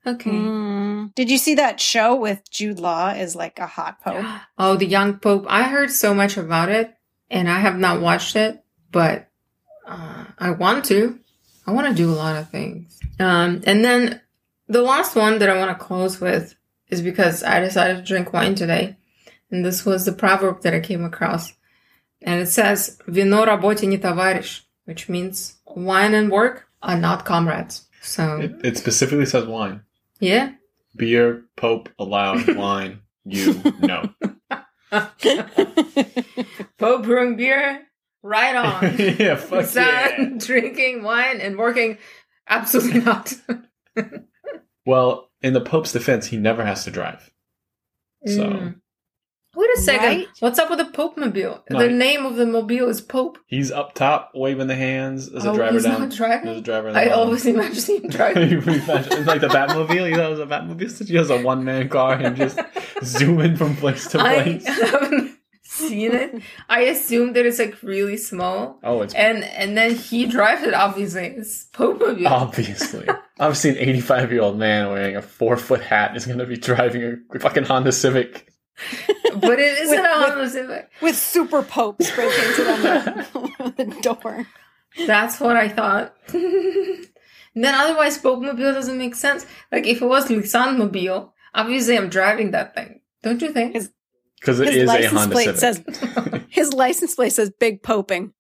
[SPEAKER 5] Okay.
[SPEAKER 6] Mm. Did you see that show with Jude Law as like a hot pope?
[SPEAKER 5] Oh, the Young Pope. I heard so much about it, and I have not watched it, but uh, I want to. I want to do a lot of things. Um, and then the last one that I want to close with is because I decided to drink wine today, and this was the proverb that I came across, and it says "Вино работе не товарищ," which means wine and work are not comrades. So
[SPEAKER 4] It, it specifically says wine.
[SPEAKER 5] yeah,
[SPEAKER 4] Beer, Pope, allowed, wine, you, no.
[SPEAKER 5] Pope brewing beer, right on.
[SPEAKER 4] yeah, fuck
[SPEAKER 5] Is that
[SPEAKER 4] yeah.
[SPEAKER 5] drinking wine and working? Absolutely not.
[SPEAKER 4] Well, in the Pope's defense, he never has to drive. So
[SPEAKER 5] Mm. Wait a second.
[SPEAKER 6] Right?
[SPEAKER 5] What's up with the Pope mobile?
[SPEAKER 4] No,
[SPEAKER 5] the
[SPEAKER 4] he-
[SPEAKER 5] name of the mobile is Pope.
[SPEAKER 4] he's up top, waving the hands. There's a
[SPEAKER 5] Oh,
[SPEAKER 4] driver
[SPEAKER 5] he's
[SPEAKER 4] down.
[SPEAKER 5] not driving?
[SPEAKER 4] There's a driver. in the
[SPEAKER 5] I
[SPEAKER 4] bottom.
[SPEAKER 5] always imagine him driving.
[SPEAKER 4] You imagine- it's like the Batmobile. You know, it was a Batmobile. So He has a one man car and just zooming from place to
[SPEAKER 5] I
[SPEAKER 4] place.
[SPEAKER 5] haven't seen it. I assume that it's like really small,
[SPEAKER 4] Oh, it's
[SPEAKER 5] and and then he drives it. Obviously, it's Pope mobile.
[SPEAKER 4] Oh. obviously. Obviously, an 85 year old man wearing a four foot hat is going to be driving a fucking Honda Civic.
[SPEAKER 5] but it isn't
[SPEAKER 6] With-
[SPEAKER 5] a
[SPEAKER 6] with-
[SPEAKER 5] Honda Civic.
[SPEAKER 6] With super popes breaking into them the door.
[SPEAKER 5] That's what I thought. then otherwise, Pope Mobile doesn't make sense. Like if it was Lisan Mobile, obviously I'm driving that thing. Don't you think?
[SPEAKER 6] It's-
[SPEAKER 4] Because it is
[SPEAKER 6] His
[SPEAKER 4] a
[SPEAKER 6] license
[SPEAKER 4] Honda
[SPEAKER 6] plate
[SPEAKER 4] Civic.
[SPEAKER 6] says his license plate says big poping.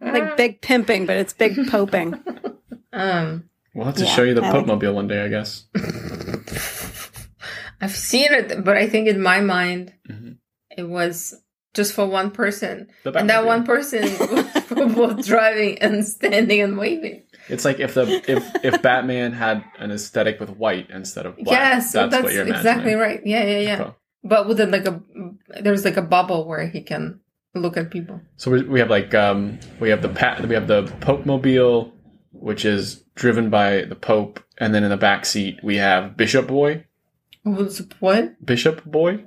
[SPEAKER 6] Like big pimping, but it's big poping.
[SPEAKER 5] um,
[SPEAKER 4] we'll have to
[SPEAKER 6] Yeah,
[SPEAKER 4] show you the
[SPEAKER 6] I
[SPEAKER 4] Pope
[SPEAKER 6] like-
[SPEAKER 4] Mobile one day, I guess.
[SPEAKER 5] I've seen it, but I think in my mind
[SPEAKER 4] Mhm.
[SPEAKER 5] it was just for one person,
[SPEAKER 4] The
[SPEAKER 5] and that
[SPEAKER 4] Batmobile.
[SPEAKER 5] one person was both driving and standing and waving.
[SPEAKER 4] It's like if the if if Batman had an aesthetic with white instead of black.
[SPEAKER 5] yes,
[SPEAKER 4] that's,
[SPEAKER 5] that's,
[SPEAKER 4] what you're
[SPEAKER 5] exactly
[SPEAKER 4] imagining.
[SPEAKER 5] right. Yeah, yeah, yeah.
[SPEAKER 4] Cool.
[SPEAKER 5] But with the, like a there's like a bubble where he can look at people.
[SPEAKER 4] So we, we have like um we have the pat we have the Pope Mobile, which is driven by the Pope, and then in the back seat we have Bishop Boy,
[SPEAKER 5] Who's what?
[SPEAKER 4] Bishop Boy,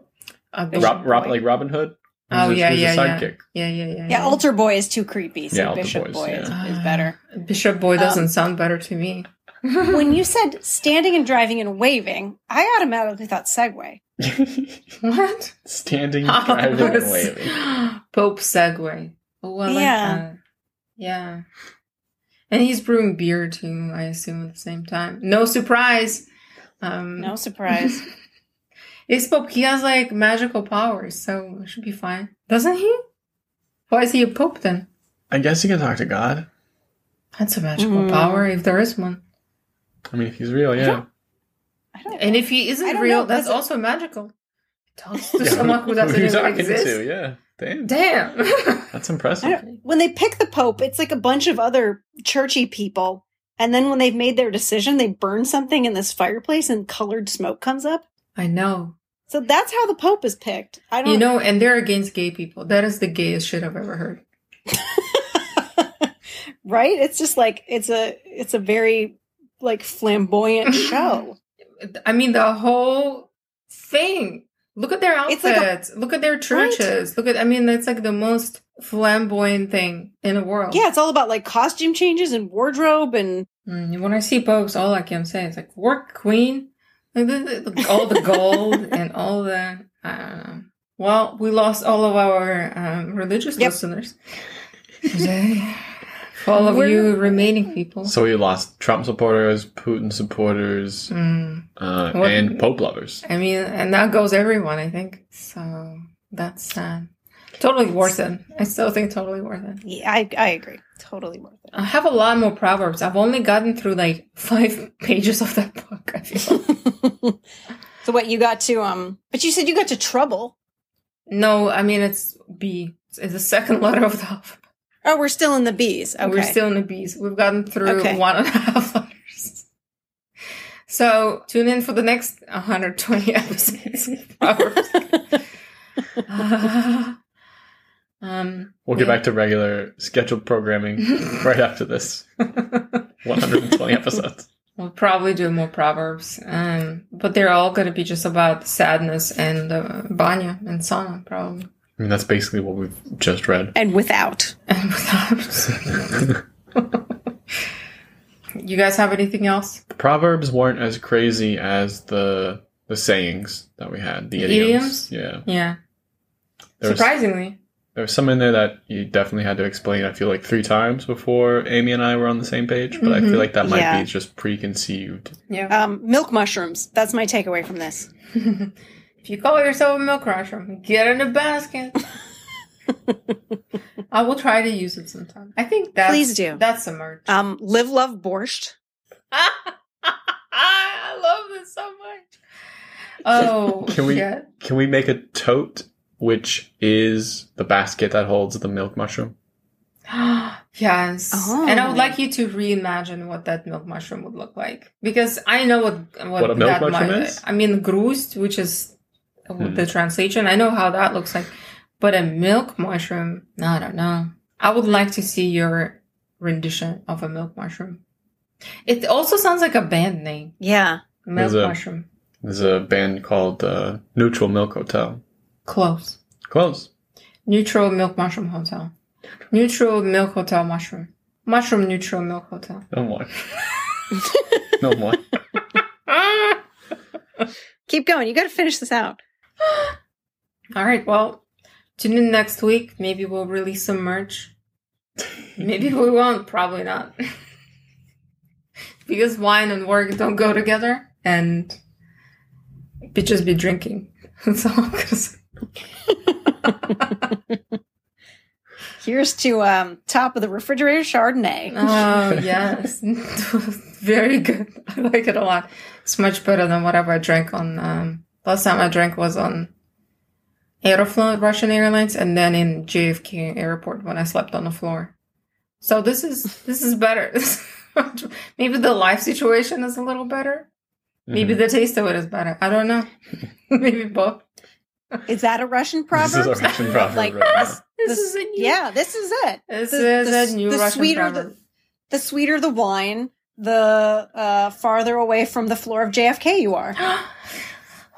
[SPEAKER 5] Uh,
[SPEAKER 4] Rob, Rob
[SPEAKER 5] boy.
[SPEAKER 4] like Robin Hood.
[SPEAKER 5] Oh,
[SPEAKER 4] Who's a-
[SPEAKER 5] yeah,
[SPEAKER 4] who's a
[SPEAKER 5] yeah, yeah.
[SPEAKER 4] sidekick.
[SPEAKER 5] Yeah, yeah, yeah.
[SPEAKER 6] Yeah, altar boy is too creepy, so
[SPEAKER 4] Yeah, altar
[SPEAKER 6] bishop
[SPEAKER 4] boys,
[SPEAKER 6] boy
[SPEAKER 4] yeah.
[SPEAKER 6] is, is better.
[SPEAKER 5] Ah. Bishop
[SPEAKER 6] Oh.
[SPEAKER 5] Boy doesn't sound better to me. Hmm.
[SPEAKER 6] when you said standing and driving and waving, I automatically thought Segway.
[SPEAKER 5] What?
[SPEAKER 4] Standing, driving, and waving.
[SPEAKER 5] Pope Segway. Oh, I
[SPEAKER 6] Yeah.
[SPEAKER 5] like that. Yeah. And he's brewing beer too, I assume, at the same time. No surprise. Um,
[SPEAKER 6] No surprise.
[SPEAKER 5] It's Pope. He has like magical powers, so it should be fine. Doesn't he? Why is he a Pope then?
[SPEAKER 4] I guess you can talk to God.
[SPEAKER 5] That's a magical
[SPEAKER 6] Mm.
[SPEAKER 5] power if there is one.
[SPEAKER 4] I mean, if he's real, yeah.
[SPEAKER 6] I don't
[SPEAKER 5] And if he
[SPEAKER 6] I
[SPEAKER 5] isn't
[SPEAKER 6] don't
[SPEAKER 5] real,
[SPEAKER 6] know,
[SPEAKER 5] that's
[SPEAKER 6] 'cause it-
[SPEAKER 5] also magical. Talks to
[SPEAKER 4] Yeah,
[SPEAKER 5] someone who doesn't
[SPEAKER 4] are you
[SPEAKER 5] even
[SPEAKER 4] talking
[SPEAKER 5] exist.
[SPEAKER 4] to? Yeah, damn,
[SPEAKER 5] Damn.
[SPEAKER 4] that's
[SPEAKER 6] I
[SPEAKER 4] impressive.
[SPEAKER 6] don't, when they pick the Pope, it's like a bunch of other churchy people. And then when they've made their decision, they burn something in this fireplace and colored smoke comes up.
[SPEAKER 5] I know.
[SPEAKER 6] So that's how the Pope is picked. I don't
[SPEAKER 5] You know, and they're against gay people. That is the gayest shit I've ever heard.
[SPEAKER 6] right? It's just like it's a it's a very like flamboyant show.
[SPEAKER 5] I mean, the whole thing. Look at their
[SPEAKER 6] It's like a-
[SPEAKER 5] outfits. Look at their churches. Look at, I mean, that's like the most flamboyant thing in the world.
[SPEAKER 6] yeah, it's all about like costume changes and wardrobe and
[SPEAKER 5] Mm, When I see popes, all I can say is like, work queen. Like, the- the- the- all the gold and all the, I don't know. Well, we lost all of our um, religious
[SPEAKER 6] Yep.
[SPEAKER 5] listeners. For all of
[SPEAKER 6] We're-
[SPEAKER 5] you remaining people.
[SPEAKER 4] So we lost Trump supporters, Putin supporters,
[SPEAKER 5] Mm.
[SPEAKER 4] uh,
[SPEAKER 5] What-
[SPEAKER 4] and Pope lovers.
[SPEAKER 5] I mean, and that goes everyone, I think. So that's sad. Totally worth it. I still think totally worth it.
[SPEAKER 6] yeah, I I agree. Totally worth
[SPEAKER 5] I have a lot more proverbs. I've only gotten through like five pages of that book. I feel.
[SPEAKER 6] it. so what you got to um but you said you got to trouble.
[SPEAKER 5] no, I mean it's B. It's the second letter of the alphabet.
[SPEAKER 6] Oh, we're still in the bees. Okay.
[SPEAKER 5] We're still in the B's. We've gotten through
[SPEAKER 6] Okay.
[SPEAKER 5] one and a half letters. So tune in for the next 120 episodes. of Proverbs. um,
[SPEAKER 4] We'll get
[SPEAKER 5] yeah.
[SPEAKER 4] back to regular scheduled programming right after this 120 episodes.
[SPEAKER 5] We'll probably do more proverbs, um, but they're all going to be just about sadness and uh, banya and sauna, probably.
[SPEAKER 4] I mean, that's basically what we've just read.
[SPEAKER 6] and without.
[SPEAKER 5] And without- you guys have anything else?
[SPEAKER 4] Proverbs weren't as crazy as the the sayings that we had. The idioms.
[SPEAKER 5] Idioms?
[SPEAKER 4] Yeah.
[SPEAKER 5] Yeah,
[SPEAKER 4] There was,
[SPEAKER 5] surprisingly,
[SPEAKER 4] there was some in there that you definitely had to explain, I feel like, three times before Amy and I were on the same page, but I
[SPEAKER 5] Mhm.
[SPEAKER 4] feel like that might
[SPEAKER 6] Yeah.
[SPEAKER 4] be just preconceived.
[SPEAKER 5] yeah.
[SPEAKER 6] Um milk mushrooms. That's my takeaway from this.
[SPEAKER 5] if you call yourself a milk mushroom, get in a basket. I will try to use it sometime. I think that's
[SPEAKER 6] Please do.
[SPEAKER 5] That's a merch.
[SPEAKER 6] Um live love borscht.
[SPEAKER 5] I love this so much. Oh,
[SPEAKER 4] Can we-
[SPEAKER 5] shit.
[SPEAKER 4] Can we make a tote, which is the basket that holds the milk mushroom?
[SPEAKER 5] yes.
[SPEAKER 6] Oh.
[SPEAKER 5] And I would like you to reimagine what that milk mushroom would look like because I know what what,
[SPEAKER 4] What a milk
[SPEAKER 5] that
[SPEAKER 4] mushroom
[SPEAKER 5] mu-
[SPEAKER 4] is?
[SPEAKER 5] I mean, grust, which is
[SPEAKER 4] Hmm.
[SPEAKER 5] the translation. I know how that looks like, but a milk mushroom, I don't know. I would like to see your rendition of a milk mushroom. It also sounds like a band name,
[SPEAKER 6] Yeah.
[SPEAKER 5] milk
[SPEAKER 4] Is it-
[SPEAKER 5] mushroom.
[SPEAKER 4] There's a band called uh, Neutral Milk Hotel.
[SPEAKER 5] Close.
[SPEAKER 4] Close.
[SPEAKER 5] Neutral milk mushroom hotel. Neutral milk hotel mushroom. Mushroom neutral milk hotel.
[SPEAKER 4] No more. no more.
[SPEAKER 5] Ah!
[SPEAKER 6] Keep going. You got to finish this out.
[SPEAKER 5] All right. Well, tune in next week. Maybe we'll release some merch. Maybe we won't. Probably not. because wine and work don't go together, and bitches be drinking. That's all. I'm gonna say.
[SPEAKER 6] Here's to um top of the refrigerator Chardonnay.
[SPEAKER 5] Oh yes, very good. I like it a lot. It's much better than whatever I drank on. Um, last time I drank was on Aeroflot, Russian Airlines, and then in JFK Airport when I slept on the floor. So this is this is better. Maybe the life situation is a little better.
[SPEAKER 4] Mm-hmm.
[SPEAKER 5] Maybe the taste of it is better. I don't know. Maybe both.
[SPEAKER 6] Is that a Russian proverb?
[SPEAKER 4] This is a Russian proverb
[SPEAKER 6] Like-
[SPEAKER 4] right now.
[SPEAKER 5] This,
[SPEAKER 6] This-
[SPEAKER 5] is a new,
[SPEAKER 6] yeah, this is it.
[SPEAKER 5] This
[SPEAKER 6] the-
[SPEAKER 5] is
[SPEAKER 6] the-
[SPEAKER 5] a new
[SPEAKER 6] the
[SPEAKER 5] Russian
[SPEAKER 6] sweeter the-
[SPEAKER 5] proverb.
[SPEAKER 6] The sweeter the wine, the uh, farther away from the floor of JFK you are.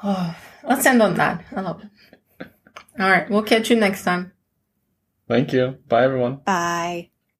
[SPEAKER 5] Oh, let's end on that. I love it. All right, we'll catch you next time.
[SPEAKER 4] Thank you. Bye, everyone.
[SPEAKER 6] Bye.